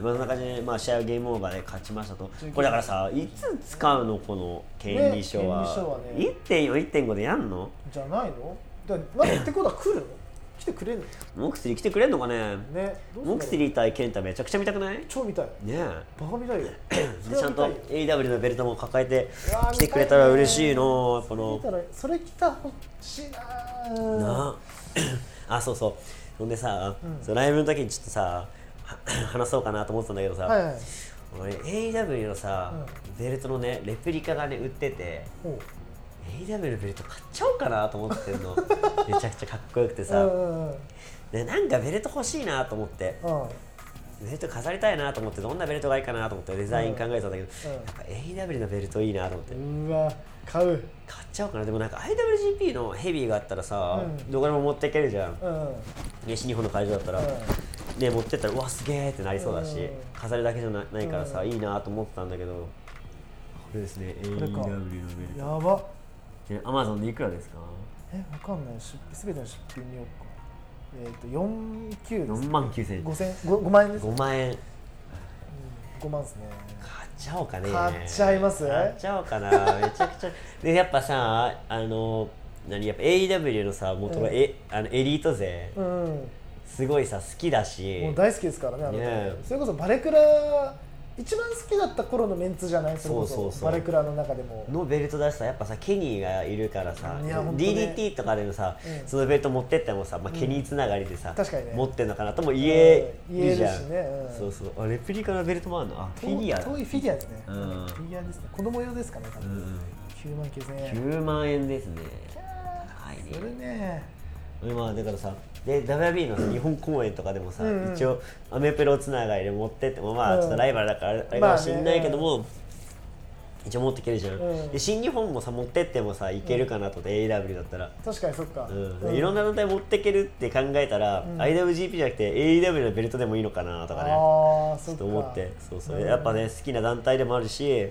まあ、そんな感じで、まあ、試合はゲームオーバーで勝ちましたと19これだからさいつ使うのこの権利書は,、ね権利書はね1.41.5でやんのじゃないのだからなんかってことは来るの来てくれるモクスリー来てくれんのかねのねどうすんだろうモクスリー対健太めちゃくちゃ見たくないね超見たいえバカ見たいよそれ でちゃはん見たといよ AW のベルトも抱えてうわー来てくれたら嬉しいな見こ見のたらそれ来たほしいななああそうそうほんでさ、そうライブの時にちょっとさは 話そうかなと思ってたんだけどさ、はいはい俺 AW のさ、ベルトのねレプリカがね売っててほう AW のベルト買っちゃおうかなと思ってるの めちゃくちゃかっこよくてうんうさ、んうんでなんかベルト欲しいなと思ってうんベルト飾りたいなと思ってどんなベルトがいいかなと思ってデザイン考えてたんだけど、うんやっぱ AW のベルトいいなと思って、うわ買う買っちゃおうかなでもなんか IWGP のヘビーがあったらさ、うんどこでも持っていけるじゃんうん西日本の会場だったら、ね、持ってったらうわすげえってなりそうだし、うん飾るだけじゃなないからさ、うんいいなと思ってたんだけどこれですねこれか AW のやばベルトアマゾンでいくらですかえわかんない出費すべての出費見ようかえっ、と4九です4万9000円5千五五万円です5万円5万ですね買っちゃおうかね買っちゃいます買っちゃおうかなめちゃくちゃでやっぱさあの何やっぱ AEW のさ元が、うんえあのエリート勢うんすごいさ好きだしもう大好きですからねあの、ねえそれこそバレクラ一番好きだった頃のメンツじゃないそれこそそうそうそうバレクラの中でものベルトだしさやっぱさケニーがいるからさ、いやほんとね DDT とかでのさ、うんそのベルト持ってってもさ、まあ、ケニーつながりでさ、確かにね持ってんのかなとも言えうん言えるるしじゃん、ねうんそうそうあレプリカのベルトもあるのあフィギュアだ遠いフィギュアですね、うんフィギュアですね子供用ですかね多う分、ん9万9000円9万円ですね高いそれねね俺まあだからさで WB のさ日本公演とかでもさ、うんうん一応アメプロつながりで持ってってもまあうんちょっとライバルだからあれあれかもしんないけども、一応持ってけるじゃん、うんで新日本もさ持ってってもさいけるかなと思って、AEW だったら、確かにそっか、うんいろんな団体持ってけるって考えたら、IWGP じゃなくて AEW のベルトでもいいのかなとかねああそちょっかっと思ってそうそう、うんやっぱね好きな団体でもあるし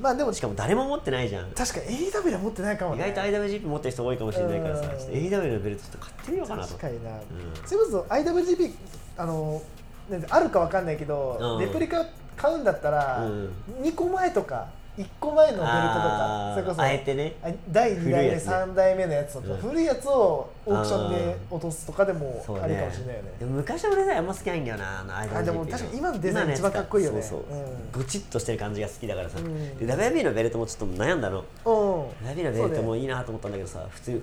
まあでもしかも誰も持ってないじゃん意確かに AEW は持ってないかもね外と IWGP 持ってる人多いかもしれないからさ、うんちょっと AEW のベルトちょっと買ってみようかなと確かにな、んそれこそ IWGP あのねあるかわかんないけど、うんレプリカ買うんだったら、うん2個前とか1個前のベルトとかあーそれこそあえてねあ第2代古い目、やつね3代目のやつとか、うん古いやつをオークションで落とすとかでもそうありかもしれないよでねも昔は俺さあんま好きないんだよなあの IWGP あでも確かに今のデザイン一番かっこいいよね今のやつがそうそううんゴチッとしてる感じが好きだからさ、うんで WB のベルトもちょっと悩んだのうんラビのベルトもいいなと思ったんだけどさ普通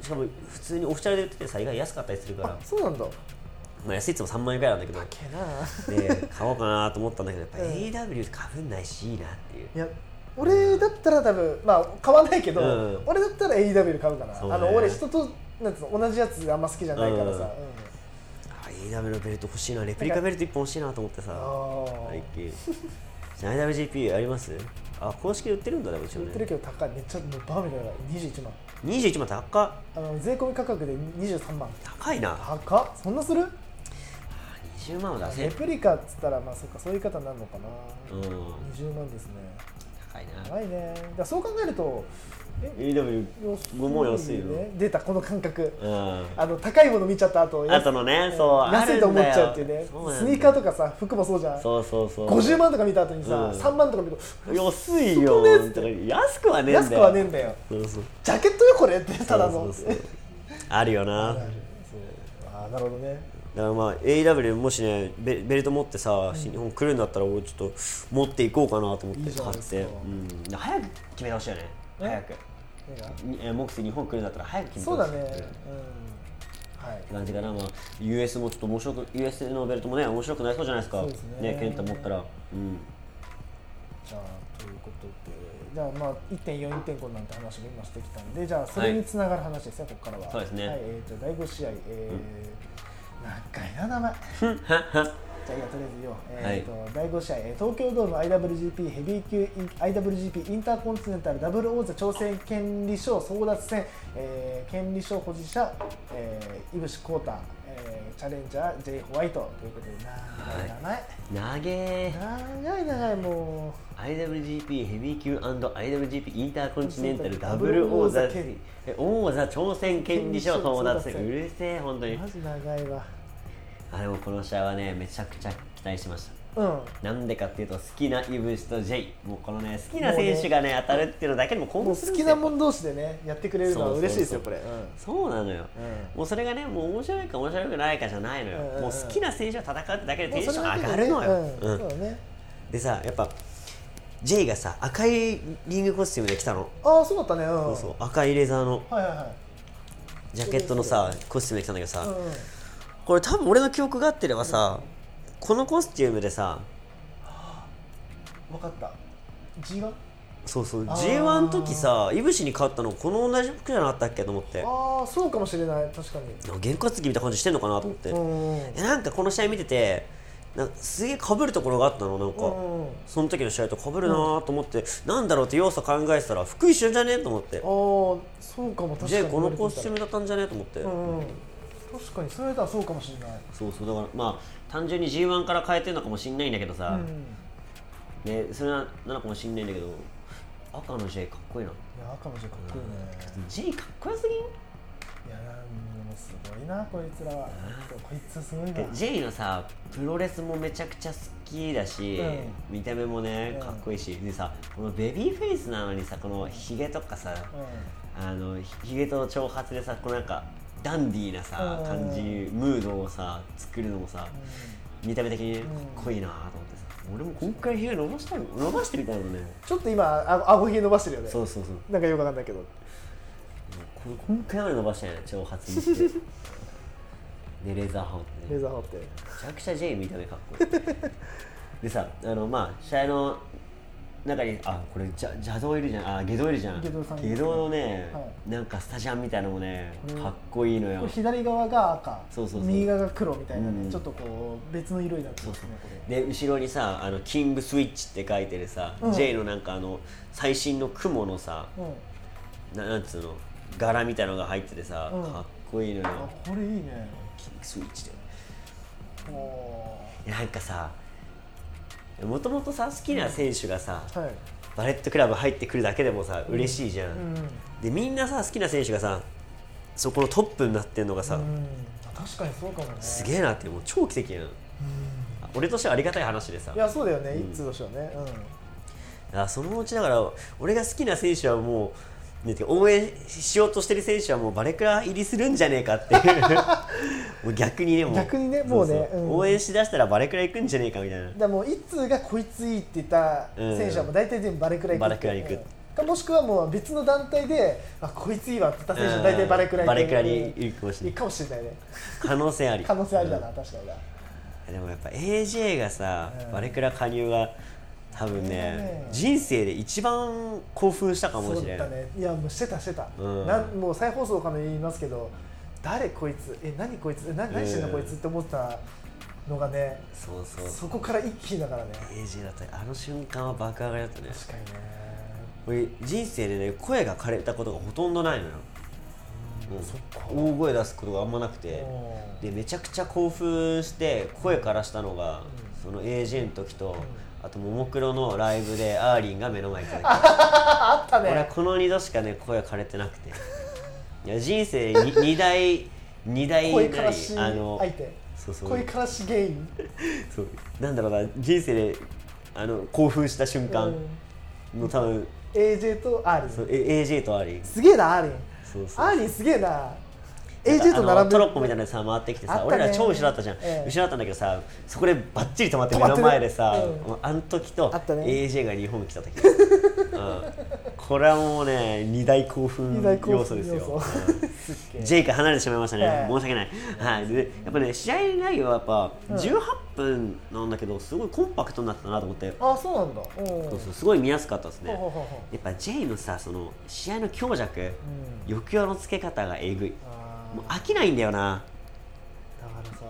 しかも普通にオフィシャルで売っててさ意外に安かったりするからあ、そうなんだまあ、安いっつも3万円ぐらいなんだけどけなで買おうかなと思ったんだけどやっ ぱうん AW かぶんないしいいなっていういや俺だったら多分まあ買わないけど、うん俺だったら AEW 買うかな、そうねあの俺人となんつうの同じやつあんま好きじゃないからさ、うんうんあ AW のベルト欲しいなレプリカベルト1本欲しいなと思ってさああ最近じゃあ IWGP ありますあ公式で売ってるんだねもちろ言んってるねけど高いめっちゃもうバーミルが21万21万高っあの税込み価格で23万高いな高っそんなする20万は出せレんプリカっつったらまあそっかそういう言い方になるのかな、うん20万ですね高いな高いねだからそう考えると AW 五万安いよね出たこの感覚、うんあの高いもの見ちゃった後あとのねそうあ安るいんだよと思っちゃうっていうねそうなんだスよニーカーとかさ服もそうじゃんそうそうそう50万とか見た後にさ、うん3万とか見ると安いよですって安くはねえんだよ安くはねえんだよそうそうジャケットよこれってただのそうそうそうあるよなだかああなるほどねらまあ AW もしねベベルト持ってさ新日本来るんだったら俺ちょっと持っていこうかなと思っていいじゃな買いっですかてうん早く決めてほしいよねえ早く目がにえー目視日本来るんだったら早く決めてそうほしだいねうんってはい感じかなまあ US もちょっと面白く US のベルトもね面白くなりそうじゃないですかそうですねねケンタ持ったらうんじゃあということでじゃあまあ1.41.5なんて話も今してきたんでじゃあそれにつながる話ですね、ここからはそうですねはい、えっ、と第5試合えー長いな名前じゃあいいやとりあえず言おう、えーと第5試合えー東京ドーム IWGP ヘビー級イン IWGP インターコンチネンタルダブル王座挑戦権利賞争奪戦、えー権利賞保持者、えー、イブシコータ、えーチャレンジャー J ホワイトということで長い名前、長え長い長いもう IWGP ヘビー級 &IWGP インターコンチネンタルダブル王座え王座挑戦権利賞争奪戦うるせえ本当にマジ長いわあでもこの試合はねめちゃくちゃ期待してましたうんなんでかっていうと好きなイブシとジェイもうこのね好きな選手がね当たるっていうのだけでも興も奮うする好んできすよなもん同士でねやってくれるのは嬉しいですよこれうそうなのよ、うもうそれがねもう面白いか面白くないかじゃないのよ、うんうんうんもう好きな選手が戦うってだけでんもテうンそシれョだンけで上がるのよ、うんうんそうだねでさやっぱジェイがさ赤いリングコスチュームで来たの、ああそうだったねうんそう赤いレザーのはいはいはいジャケットのさコスチュームで来たんだけどさ、うんこれ多分俺の記憶があってればさこのコスチュームでさ分かった G1? 違うそうそう J1 の時さいぶしに勝ったのこの同じ服じゃなかったっけと思ってああそうかもしれない確かに験担ぎみたいな感じしてんのかなと思って、うんえなんかこの試合見ててなんかすげえかぶるところがあったのなんか、うんその時の試合とかぶるなーと思って、なんだろうって要素考えてたら服一緒じゃねえと思ってあーそうかも確かにじゃあこのコスチュームだったんじゃねえと思って、うんうん確かにそれだそうかもしれないそうそうだからまあ単純に g 1から変えてるのかもしんないんだけどさ、うんね、それななのかもしんないんだけど赤の J かっこいいないや赤の字かっこいいね J かっこよすぎんいやーもうすごいなこいつらはこいつすごいなで J のさプロレスもめちゃくちゃ好きだし、う見た目もねうんかっこいいし、でさこのベビーフェイスなのにさこのひげとかさ、うあのひひげと長髪でさこうなんかダンディーなさうん感じムードをさ作るのもさ、見た目的にかっこいいなと思ってさ俺も今回ひげ伸ばしたい伸ばしてみたいのねちょっと今あ顎ひげ伸ばしてるよねそうそうそうなんかよくわかんないけどこれ今回まで伸ばしたいな長髪にして でレーザー羽織ってねレーザー羽織ってめちゃくちゃ J 見た目かっ こいいでさあのまあ試合の中にあこれじゃ邪道いるじゃんあ下道いるじゃん下道さんいる道のね、はなんかスタジアムみたいなのもねこれかっこいいのこれよ左側が赤そうそうそう右側が黒みたいなね、うんちょっとこう別の色になってますねこれで後ろにさあのキングスイッチって書いてるさ、うん J のなんかあの最新の雲のさうんあななんつうの柄みたいのが入っててさ、うんかっこいいのよこれいいねキングスイッチだおよおなんかさもともとさ好きな選手がさ、ーはいバレットクラブ入ってくるだけでもさ嬉しいじゃん、うん、でみんなさ好きな選手がさそこのトップになってんのがさ、うん、確かにそうかもねすげえなってもう超奇跡やん俺としてはありがたい話でさいやそうだよね、一通の人はねうあそのうちだから俺が好きな選手はもう、ね、てか応援しようとしてる選手はもうバレクラ入りするんじゃねえかっていう もう逆にねもう逆にねもうねそそうん応援しだしたらバレクラ行くんじゃねえかみたいなんだからもう一通がこいついいって言った選手はもう大体全部バレくらいバレクラ行くかもしくはもう別の団体であこいついいわって言った選手は大体バレくらいバレクラに行くかもしれないかもしれないね可能性あり可能性ありだな、確かにだでもやっぱ AJ がさ、うんバレクラ加入が多分ね、ね人生で一番興奮したかもそうしだれったない、ねいやもうしてたしてた、うんなんもう再放送かの言いますけど誰こいつえ何こいつえ何何してんだうんこいつって思ってたのがねそうそうそこから一気にだからね AJ だったねあの瞬間は爆上がりだったね確かにね俺人生でね声が枯れたことがほとんどないのよ、もうそっか大声出すことがあんまなくておーでめちゃくちゃ興奮して声からしたのが、その AJ の時と、あとももクロのライブでアーリンが目の前にいた時ああったね俺はこの2度しかね声枯れてなく ていや人生に2大2大声からしあの相手そうそう声からし原因そうなんだろうな人生であの興奮した瞬間の多分、 AJ とアーリそンう A- AJ とアーリンすげえなアーリンそうそうアーリンすげえななんか AJ とあ並のぶトロッコみたいなのさ回ってきてあっさ、たね俺ら超後ろだったじゃん、ええ後ろだったんだけどさそこでばっちり止まって止目まってのる前でさ、うんもうあの時とあったね AJ が日本来た時、うん、これはもうね2大興奮二大興奮要素です要よ素、うんすっげえジェイク離れてしまいましたね、はい申し訳ない、はい、でやっぱね、試合内容はやっぱん18分なんだけど、すごいコンパクトになったなと思って、あそうなんだうんそうそうすごい見やすかったですね、ほうほうほうほうやっぱジェイのさ、その試合の強弱、ん抑揚のつけ方がえぐい、あーもう飽きないんだよな、だからさ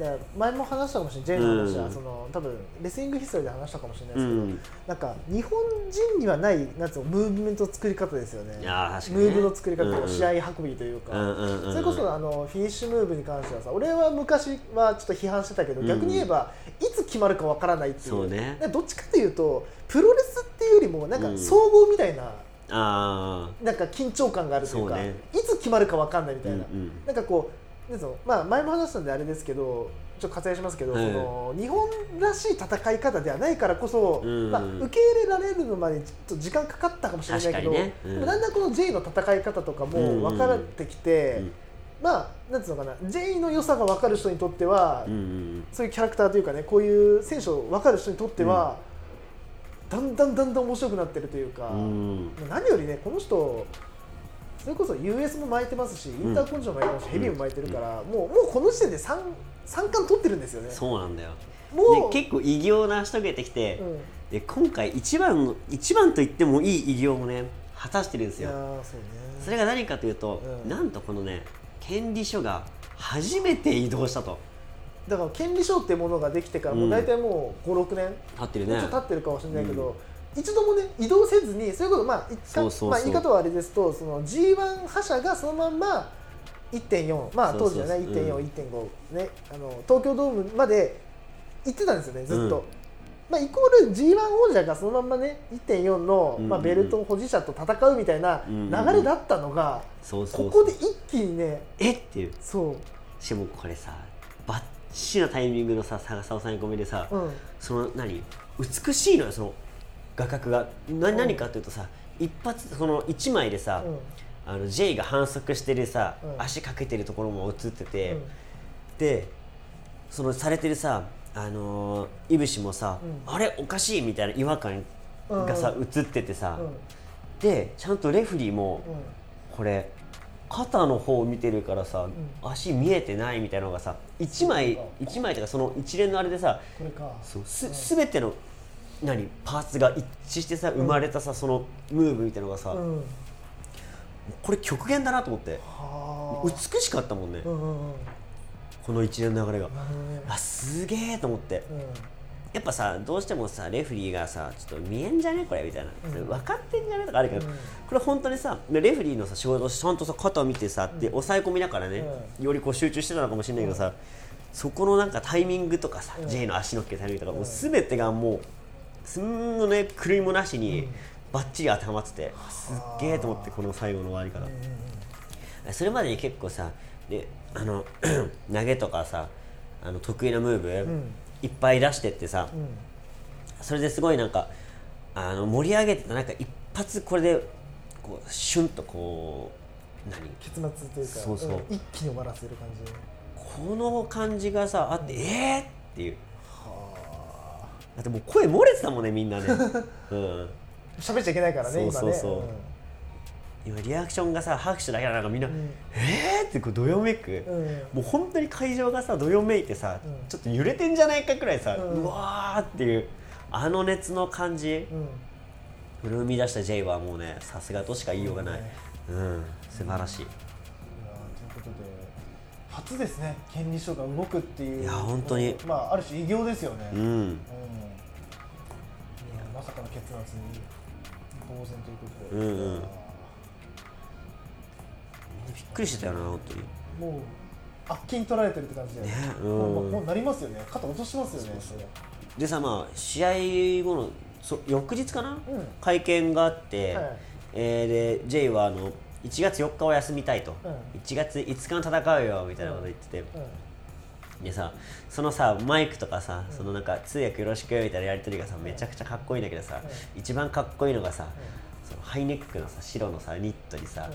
だから前も話したかもしれない J の話は、うんその多分レスリングヒストリーで話したかもしれないでうすけど、ん、なんか日本人にはないなんつうのムーブメント作り方ですよねいやー確かにねムーブの作り方、うんうん試合運びというか、うんうんうんそれこそあのフィニッシュムーブに関してはさ俺は昔はちょっと批判してたけど、うん逆に言えばいつ決まるかわからないっていうそうねなんかどっちかというとプロレスっていうよりもなんうんか総合みたいな。あなんか緊張感があるというかそうねいつ決まるかわかんないみたいな、うんうんなんかこうなんつうのまあ、前も話したんであれですけどちょっと割愛しますけど、はいその日本らしい戦い方ではないからこそ、うんまあ、受け入れられるのまでちょっと時間かかったかもしれないけど、確かにねうんでもだんだんこの J の戦い方とかうんも分かってきて、うんまあなんつうのかな J の良さが分かる人にとっては、ー、うんうんそういうキャラクターというかねこういう選手を分かる人にとっては、だんだんだんだん面白くなってるというか。うん、何よりねこの人それこそ US も巻いてますしインターコンジョも巻いてますし、ヘビーも巻いてるから、もうもうこの時点で 3, 三冠取ってるんですよねそうなんだよ、もうで結構偉業を成し遂げてきて、うんで今回一番の一番と言ってもいい偉業をね果たしてるんですいやよーそうねそれが何かというと、うんなんとこのね権利書が初めて移動したとだから権利書ってものができてからもう大体もう56年、立ってるもうねちょっと経ってるかもしれないけど、一度もね移動せずにそういうことまあ一回そうそうそうまあ言い方はあれですとその G1 覇者がそのまんま1.4まあそう当そう時そうじゃない1.4、うん1.5ねあの東京ドームまで行ってたんですよねずっと。うんまあ、イコール G1 王者がそのまんまね1.4の、うんうんまあ、ベルト保持者と戦うみたいなうんうん流れだったのが、そうそうこそうこで一気にねえっていうそしかもこれさバッチリなタイミングのさ探さをさえ込みでさ、う、うん、その何美しいのよその画角がな何かというとさ一発その一枚でさ、うんあの J が反則してるさ、うん足かけてるところも映ってて、うんでそのされてるさあのーいぶしもさ、うあれおかしいみたいな違和感がさ、う映っててさ、うんでちゃんとレフリーも、これ肩の方を見てるからさ、ん足見えてないみたいなのがさ一枚そうか一枚とかその一連のあれでさこれかそうす全ての何パーツが一致してさ生まれたさ、そのムーブみたいなのがさ、うん、これ極限だなと思ってはあ美しかったもんね、うんうんうんこの一連の流れが、なるほどねあすげえと思ってうんやっぱさどうしてもさレフリーがさちょっと見えんじゃねこれみたいな、うんそれ分かってんじゃねとかあるけど、うんこれ本当にさレフリーのさ仕事をちゃんとさ肩を見てさって抑え込みながらね、よりこう集中してたのかもしれないけどさ、そこのなんかタイミングとかさ、うん J の足のっけるタイミングとか、もう全てがもうすんのね狂いもなしに、ばっちり当てはまっててすっげえと思ってこの最後の終わり方。それまでに結構さであの 投げとかさあの得意なムーブ、んいっぱい出してってさ、うんそれですごいなんかあの盛り上げてたなんか一発これでこうシュンとこう何結末というかそうそうん一気に終わらせる感じこの感じがさあって、えーっていうはあだってもう声漏れてたもんねみん なね、うん、喋っちゃいけないからね今ねそうそうそう今リアクションがさ拍手だけだからみんな、んえーってこうどよめく、うんうんもう本当に会場がさどよめいてさ、うんちょっと揺れてんじゃないかくらいさ、ううんわーっていうあの熱の感じ、うんこれを生み出した J はもうねさすがとしか言いようがない、うん、素晴らしいいやーということで初ですね権利書が動くっていういや本当にまあある種偉業ですよねううんいんやまさかの結末に当然ということでうんうんいやびっくりしてたよな本当にーもうあ金取られてるって感じで、ねうんもうもうなりますよね肩落としますよねそれでさまあ試合後のそ翌日かな、うん会見があって、はいえーで J はあの1月4日は休みたいと、うん1月5日の戦うよみたいなこと言ってて、でさそのさマイクとかさ、そのなんか通訳よろしくみたいなやり取りがさめちゃくちゃかっこいいんだけどさ、一番かっこいいのがさ、そのハイネックのさ白のさニットにさ、うん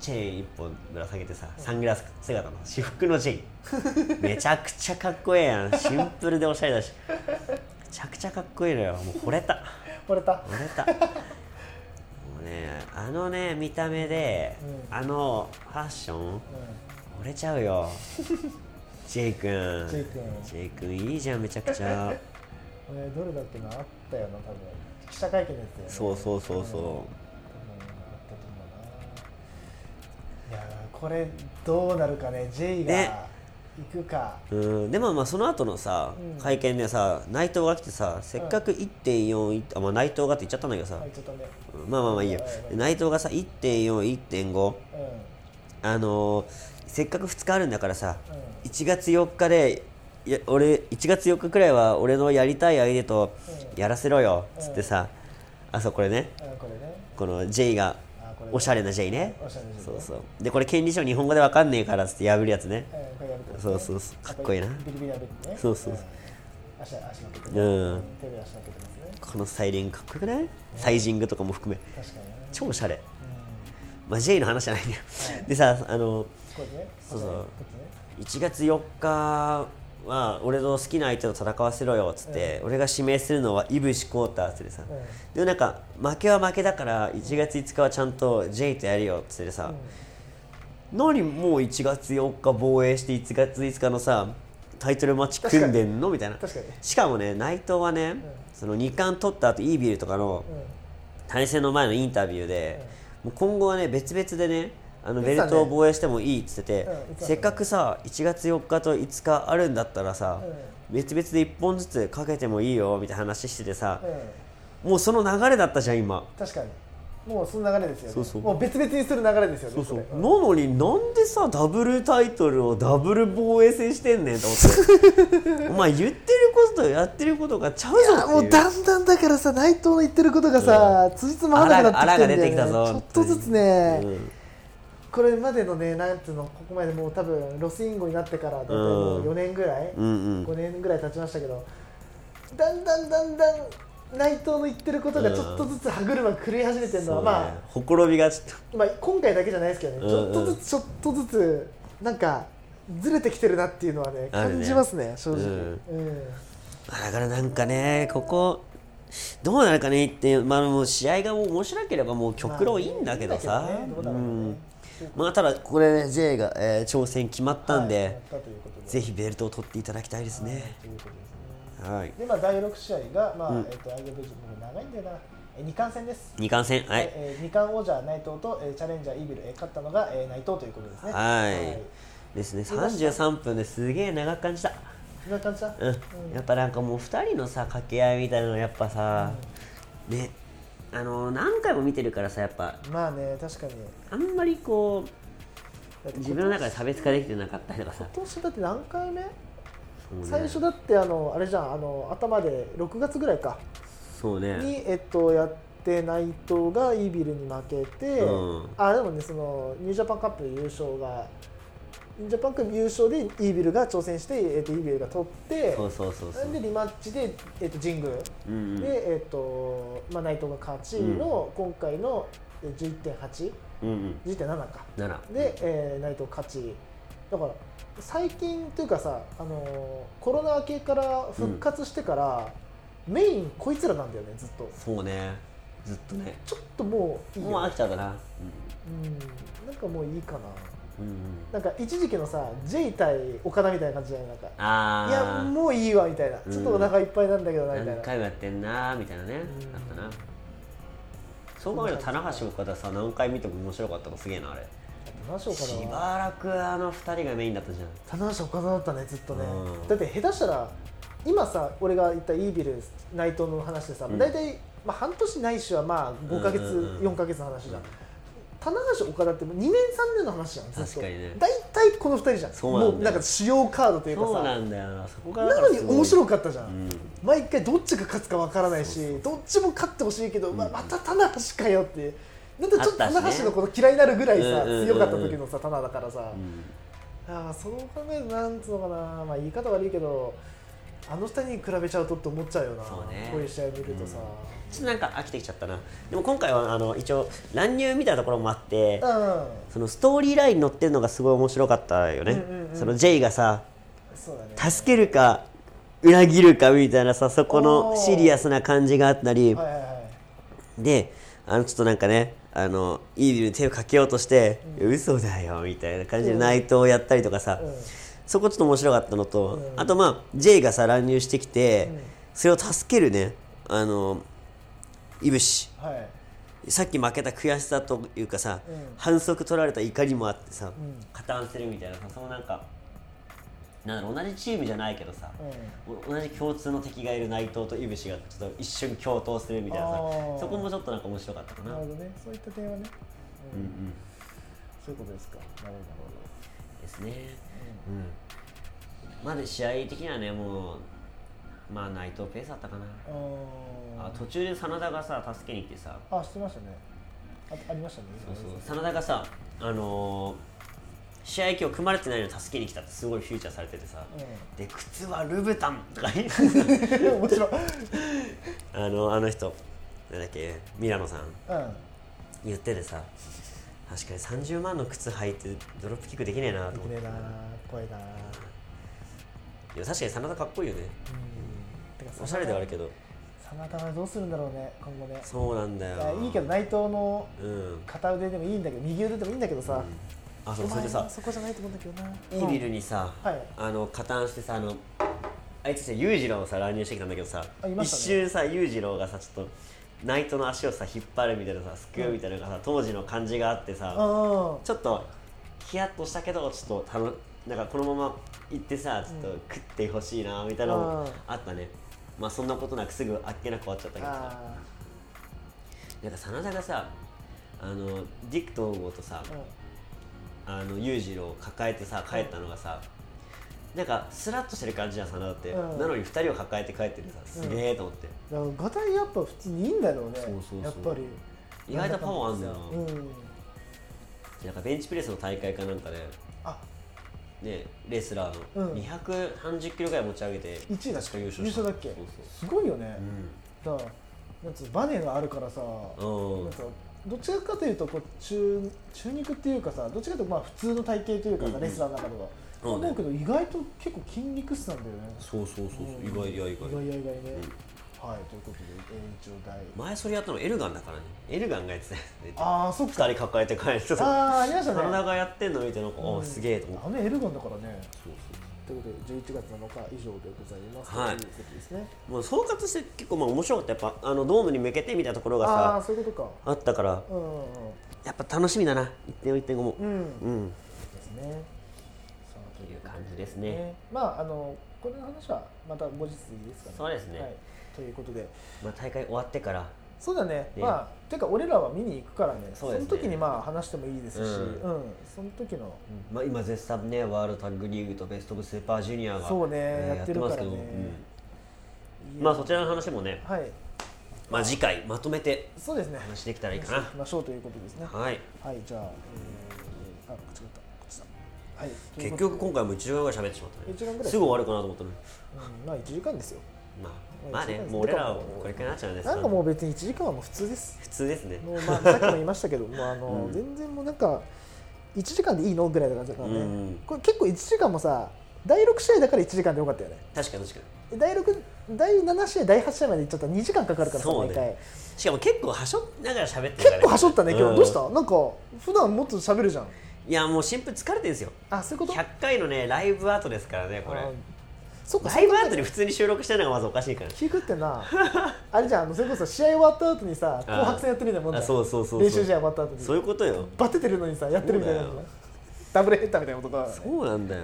チェーン一本ぶら下げてさサングラス姿の私服のチェーンめちゃくちゃかっこええやんシンプルでおしゃれだしめちゃくちゃかっこいいのよもう惚れた折れた惚れたもうねあのね見た目で、うんあのファッションう折れちゃうよジェイ君ジェイ君ジェイ君いいじゃんめちゃくちゃん、えーどれだっけなあったよな多分記者会見のやつだよねそうそうそう多分あっそたと思うないやーこれどうなるかね J ねが行くか、ううんでもまあその後のさうん会見でさ内藤が来てさせっかく1.4あ、まあ、内藤がって言っちゃったんだけどさ、あちょっとねうんまあまあまあいいよはいはいはいで内藤がさう1.41.5んうんあのーせっかく2日あるんだからさ1月4日でいや俺1月4日くらいは俺のやりたい相手とうんやらせろよっつってうんさ、あそうこれねあこれねこの J があこれおしゃれな J ねおしゃれな J ねそうそうでこれ権利書日本語でわかんねえからっつって破るやつねうんこれやるとねそうそうそうかっこいいなビリビリやるってねそうそうそうん足足のけて手で足うんのけてますねこのスタイリングかっこよくないサイジングとかも含め確かにね超おしゃれまあ J の話じゃないんだよでさあのこれねそうそうこっちね1月4日は俺の好きな相手と戦わせろよっつって、俺が指名するのはイブシコーターっつってさ、うんでもなんか負けは負けだから1月5日はちゃんと J とやるよっつってさ、何もう1月4日防衛して1月5日のさタイトルマッチ組んでんのみたいな確かにしかもね内藤はね、その2冠取った後イービルとかの対戦の前のインタビューで、もう今後はね別々でねあのベルトを防衛してもいいっつっうてて、ん言ってたねせっかくさ1月4日と5日あるんだったらさ、別々で1本ずつかけてもいいよみたいな話しててさう、んもうその流れだったじゃん今確かにもうその流れですよねそうそうもう別々にする流れですよねそうそうこれなのになんでさダブルタイトルをダブル防衛戦してんねんと思っ てお前言ってることとやってることがちゃういぞやっていうもうだんだんだからさ内藤の言ってることがさ、つじつま合わなくなってきてんだよねあらがあらが出てきたぞちょっとずつね、うんこれまでのねなんていうのここまでもう多分ロスインゴになってからだいたいもう4年ぐらい、うんうん5年ぐらい経ちましたけどだんだんだんだん内藤の言ってることがちょっとずつ歯車狂い始めてるのは、そうまねほころびがちょっあ、まあ今回だけじゃないですけどね、うんうんちょっとずつちょっとずつなんかずれてきてるなっていうのはねあるね感じますね正直、うんうんとまあだからなんかねここどうなるかねってまあもう試合がもう面白ければもう極論いいんだけどさまあいいんだけどねどうだろううねんまあただここでね J が、えー挑戦決まったんで、はいやったということでぜひベルトを取っていただきたいですねということですねはいで、まあ、第6試合が、まあえっとアイドルベージュもう長いんだよな、えー、2冠戦です、二冠戦はいえー、2冠王者内藤と、えー、チャレンジャーイービル、えー、勝ったのが、えー、内藤ということですねはい、はいですね33分ですげえ長く感じたそんな感じだ、うん、やっぱなんかもう2人のさ掛け合いみたいなのやっぱさ、ねあの何回も見てるからさやっぱまあね確かにあんまりこだってう自分の中で差別化できてなかったりとかさ今年だって何回目、そうね最初だってあのあれじゃんあの頭で6月ぐらいか、そうねに、えっと、やって内藤がイービルに負けて、うんあでもねそのニュージャパンカップ優勝がニュージャパンカップ優勝でイービルが挑戦して、えっと、イービルが取ってそうそうそうそでうリマッチで、えっと、神宮で、うんうんえっとまあ、内藤が勝ちの、今回のえ11.8、うんうん11.7かならで、えー内藤勝ちだから最近というかさ、あのーコロナ明けから復活してから、メインこいつらなんだよねずっとそうねずっとねちょっともういいもうよ飽きちゃったなうんなんかもういいかなうん、うんうん、なんか一時期のさ J 対岡田みたいな感じじゃないなんかいやあもういいわみたいなちょっとお腹いっぱいなんだけどあなみたいな何回もやってんなーみたいなねんあったなそう考えると棚橋岡田さ何回見ても面白かったのすげえなあれ何しようしかなばらくあの2人がメインだったじゃん棚橋岡田だったねずっとね、うんだって下手したら今さ俺が言ったイービル内藤の話でさ、うん大体、まあ、半年ないしはまあ5か月、うんうんうん4か月の話じゃん、棚橋岡田ってもう2年3年の話じゃんずっと確かにね大体この2人じゃんそうなんだよもうなんか主要カードというかそうさなんだよなそこがなのに面い白かったじゃん、うん毎回どっちが勝つかわからないしどっちも勝ってほしいけど、まあ、また棚橋かよってなんでちょっとあったしね棚橋のこと嫌いになるぐらいさ、うんうんうんうん強かった時のさ棚だからさ、うんああそう考えるとなんつうのかな、まあ、言い方悪いけどあの二人に比べちゃうとって思っちゃうよなそうねこういう試合見るとさ、ちょっとなんか飽きてきちゃったなでも今回はあの一応乱入みたいなところもあってうんそのストーリーラインに乗ってるのがすごい面白かったよね、うんうんうんその J がさそうだね助けるか裏切るかみたいなさそこのおーシリアスな感じがあったりはいはいはいであのちょっとなんかねあのイービルに手をかけようとして、嘘だよみたいな感じで内藤をやったりとかさ、うんそこちょっと面白かったのと、うんあとまあ J がさ乱入してきて、うんそれを助けるねあのいぶしはいさっき負けた悔しさというかさ、うん反則取られた怒りもあってさ、ん加担するみたいなさそのなんかなんだろう同じチームじゃないけどさ、同じ共通の敵がいる内藤といぶしがちょっと一瞬共闘するみたいなさあーそこもちょっとなんか面白かったかうんな。なるほどねそういった点はね、うんうんそういうことですかなるほどですね、うんまだ試合的にはねもうまあ内藤ペースだったかな、ああ途中で真田がさ助けに来てさあしてましたねあありましたねそうそう真田がさあのー試合今日組まれてないのに助けに来たってすごいフィーチャーされててさ、で靴はルブタンとか 言ってさうん、 もちろん、うん、あのあの人なんだっけミラノさん言っててさ確かに30万の靴履いてドロップキックできねえなでとき思っねてえな怖いな、うん、いや確かに真田かっこいいよねてかおしゃれではあるけど真田はどうするんだろうね今後ねそうなんだいやよいいけど内藤のうん片腕でもいいんだけど右腕でもいいんだけどさ、あそうおそれ前でさそこじゃないと思うんだけどな。イービルにさ、はいあの加担してさあのあいつさ裕次郎をさ乱入してきたんだけどさ、あいま一したね瞬さ裕次郎がさちょっとナイトの足をさ引っ張るみたいなさすくうみたいなのがさ、当時の感じがあってさ、うん。ちょっとヒヤッとしたけどちょっと楽なんかこのまま行ってさちょっと食ってほしいなみたいなのもあったね、まあそんなことなくすぐあっけなく終わっちゃったけどさあなんか真田がさあのディック統合とさ、あ。うんあの裕次郎を抱えてさ帰ったのがさ、なんかスラッとしてる感じじゃん真田って、うんなのに2人を抱えて帰ってるさすげえと思って、だからガタイやっぱ普通にいいんだろうねそうそうそうやっぱり意外とパワーあんだよな、うんなんかベンチプレスの大会かなんかで、あね、レスラーうのん230キロぐらい持ち上げて1位だっけ確か優優勝勝しただっけそうすごいよねそう、だからなんつうのバネがあるからさ、うんうんなんかどっちかというとこう中中肉っていうかさどっちかというとまあ普通の体型というかさ、うんうんレスラーの中ではそうね思うけど意外と結構筋肉質なんだよねそうそうそうそううん意外意外やや意外意外ね、はいということで延長第前それやったのエルガンだからねエルガンがやってたやつねああそっか2人抱えて帰る人真ああーありましたね田がやってんの見てなんか、おーすげえと思ってあのエルゴンだからねそうそうということで11月7日以上でございます、はいということですねもう総括して結構まあ面白かったやっぱあのドームに向けてみたいなところがああーさそういうことあったからかうんうんやっぱ楽しみだな1.4、1.5もうん、うん、うんですねさあとといいううこ感じですねとでまああのこれの話はまた後日でいいですかねそうですねはい、ということでまあ大会終わってからそうだねねまあてか俺らは見に行くからねそうですねの時にまあ話してもいいですし、ううんその時のまあ今絶賛ねワールドタッグリーグとベストオブスーパージュニアがそうねえーやってるからねやってますけどうんいまあやそちらの話もねはいまあ次回まとめてそうですね話できたらいいか話していきなましょうということですねはいはい、じゃあ、えー、あ、こっちだった、こっちだ。はい、結という局今回も1時間ぐらい喋ってしま一時った間ねぐらいすぐ終わるかなと思ったのにことで、うん、まあ一時間ですよ。まうんあまあ一時間ねですもう俺らはこれくらいになっちゃうんですなんかもう別に一時間はもう普通です。普通ですねもうまあさっきも言いましたけ ど、もうあの、うん全然もうなんか一時間でいいのぐらいの感じだからね。うんこれ結構一時間もさ、第六試合だから一時間でよかったよね。確かに確かに第六、第七試合、第八試合まで行っちゃったら二時間かかるからさ、そう毎ね回。しかも結構はしょっながら喋ってるから結構はしょったね、今日、んどうした？なんか普段もっと喋るじゃん。いやもうシンプル疲れてるんですよあ、そういうこと？ 100回のねライブアートですからねこれあそっか、ライブアートに普通に収録してるのがまずおかしいから聞くってなあれじゃんあのそれこそ試合終わった後にさあー紅白戦やってるみたいなもんじゃんあそうそうそうそう練習試合終わった後にそういうことよバテてるのにさやってるみたいなもんじゃんダブルヘッダーみたいなことだからねそうなんだよ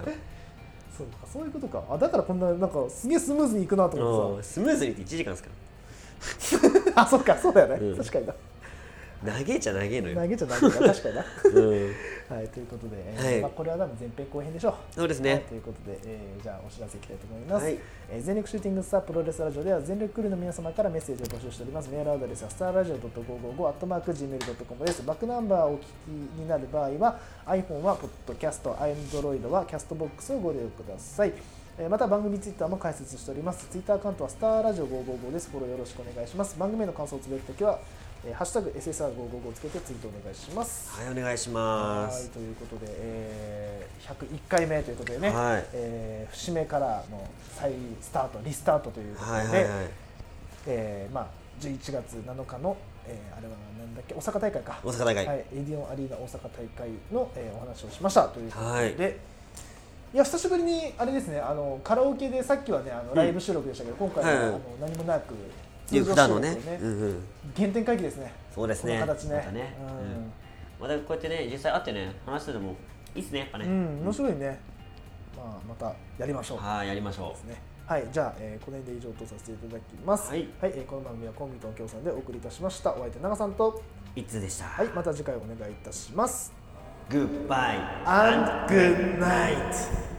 そうかそういうことかあだからこんななんかすげえスムーズにいくなと思っうんスムーズにって1時間ですかてさ あそっかそうだよね、うん確かになら長えちゃ長えのよ投げちゃダメだ確かになうん はいということで、えーはいまあ、これは多分前編後編でしょうそうですはいねということで、えーじゃあお知らせいきたいと思います、はいえー全力シューティングスタープロレスラジオでは全力クルーの皆様からメッセージを募集しておりますメールアドレスはスターラジオ .555-gmail.com ですバックナンバーをお聞きになる場合は iPhone はポッドキャスト Android はキャストボックスをご利用くださいえーまた番組ツイッターも開設しておりますツイッターアカウントはスターラジオ555ですフォローよろしくお願いします番組への感想をつぶやくときは「えーハッシュタグ #SSR555」をつけてツイートお願いしますはいお願いしまはいすということで、えー、101回目ということでね、はいえー節目からの再スタートリスタートということで、はいはいはいえーまあ、11月7日の、えーあれはなんだっけ大阪大会か大阪大会はい、エディオンアリーナ大阪大会の、えーお話をしましたということで、はいい、や久しぶりにあれですねあのカラオケでさっきはねあのライブ収録でしたけど、今回は、はいあの何もなくいう普段のね通常収録でうんうん原点回帰ですねそうですねこの形ねまたねうんうんまたこうやってね実際会ってね話しててもいいっすねやっぱねうん、面白いね。まあ、またやりましょう。はいやりましょですうね。はい、じゃあ、えーこの辺で以上とさせていただきます。はいえーこの番組はコンビとの協賛でお送りいたしました。お相手長さんと、いつでしたはい、また次回お願いいたします。グッバイ and good night.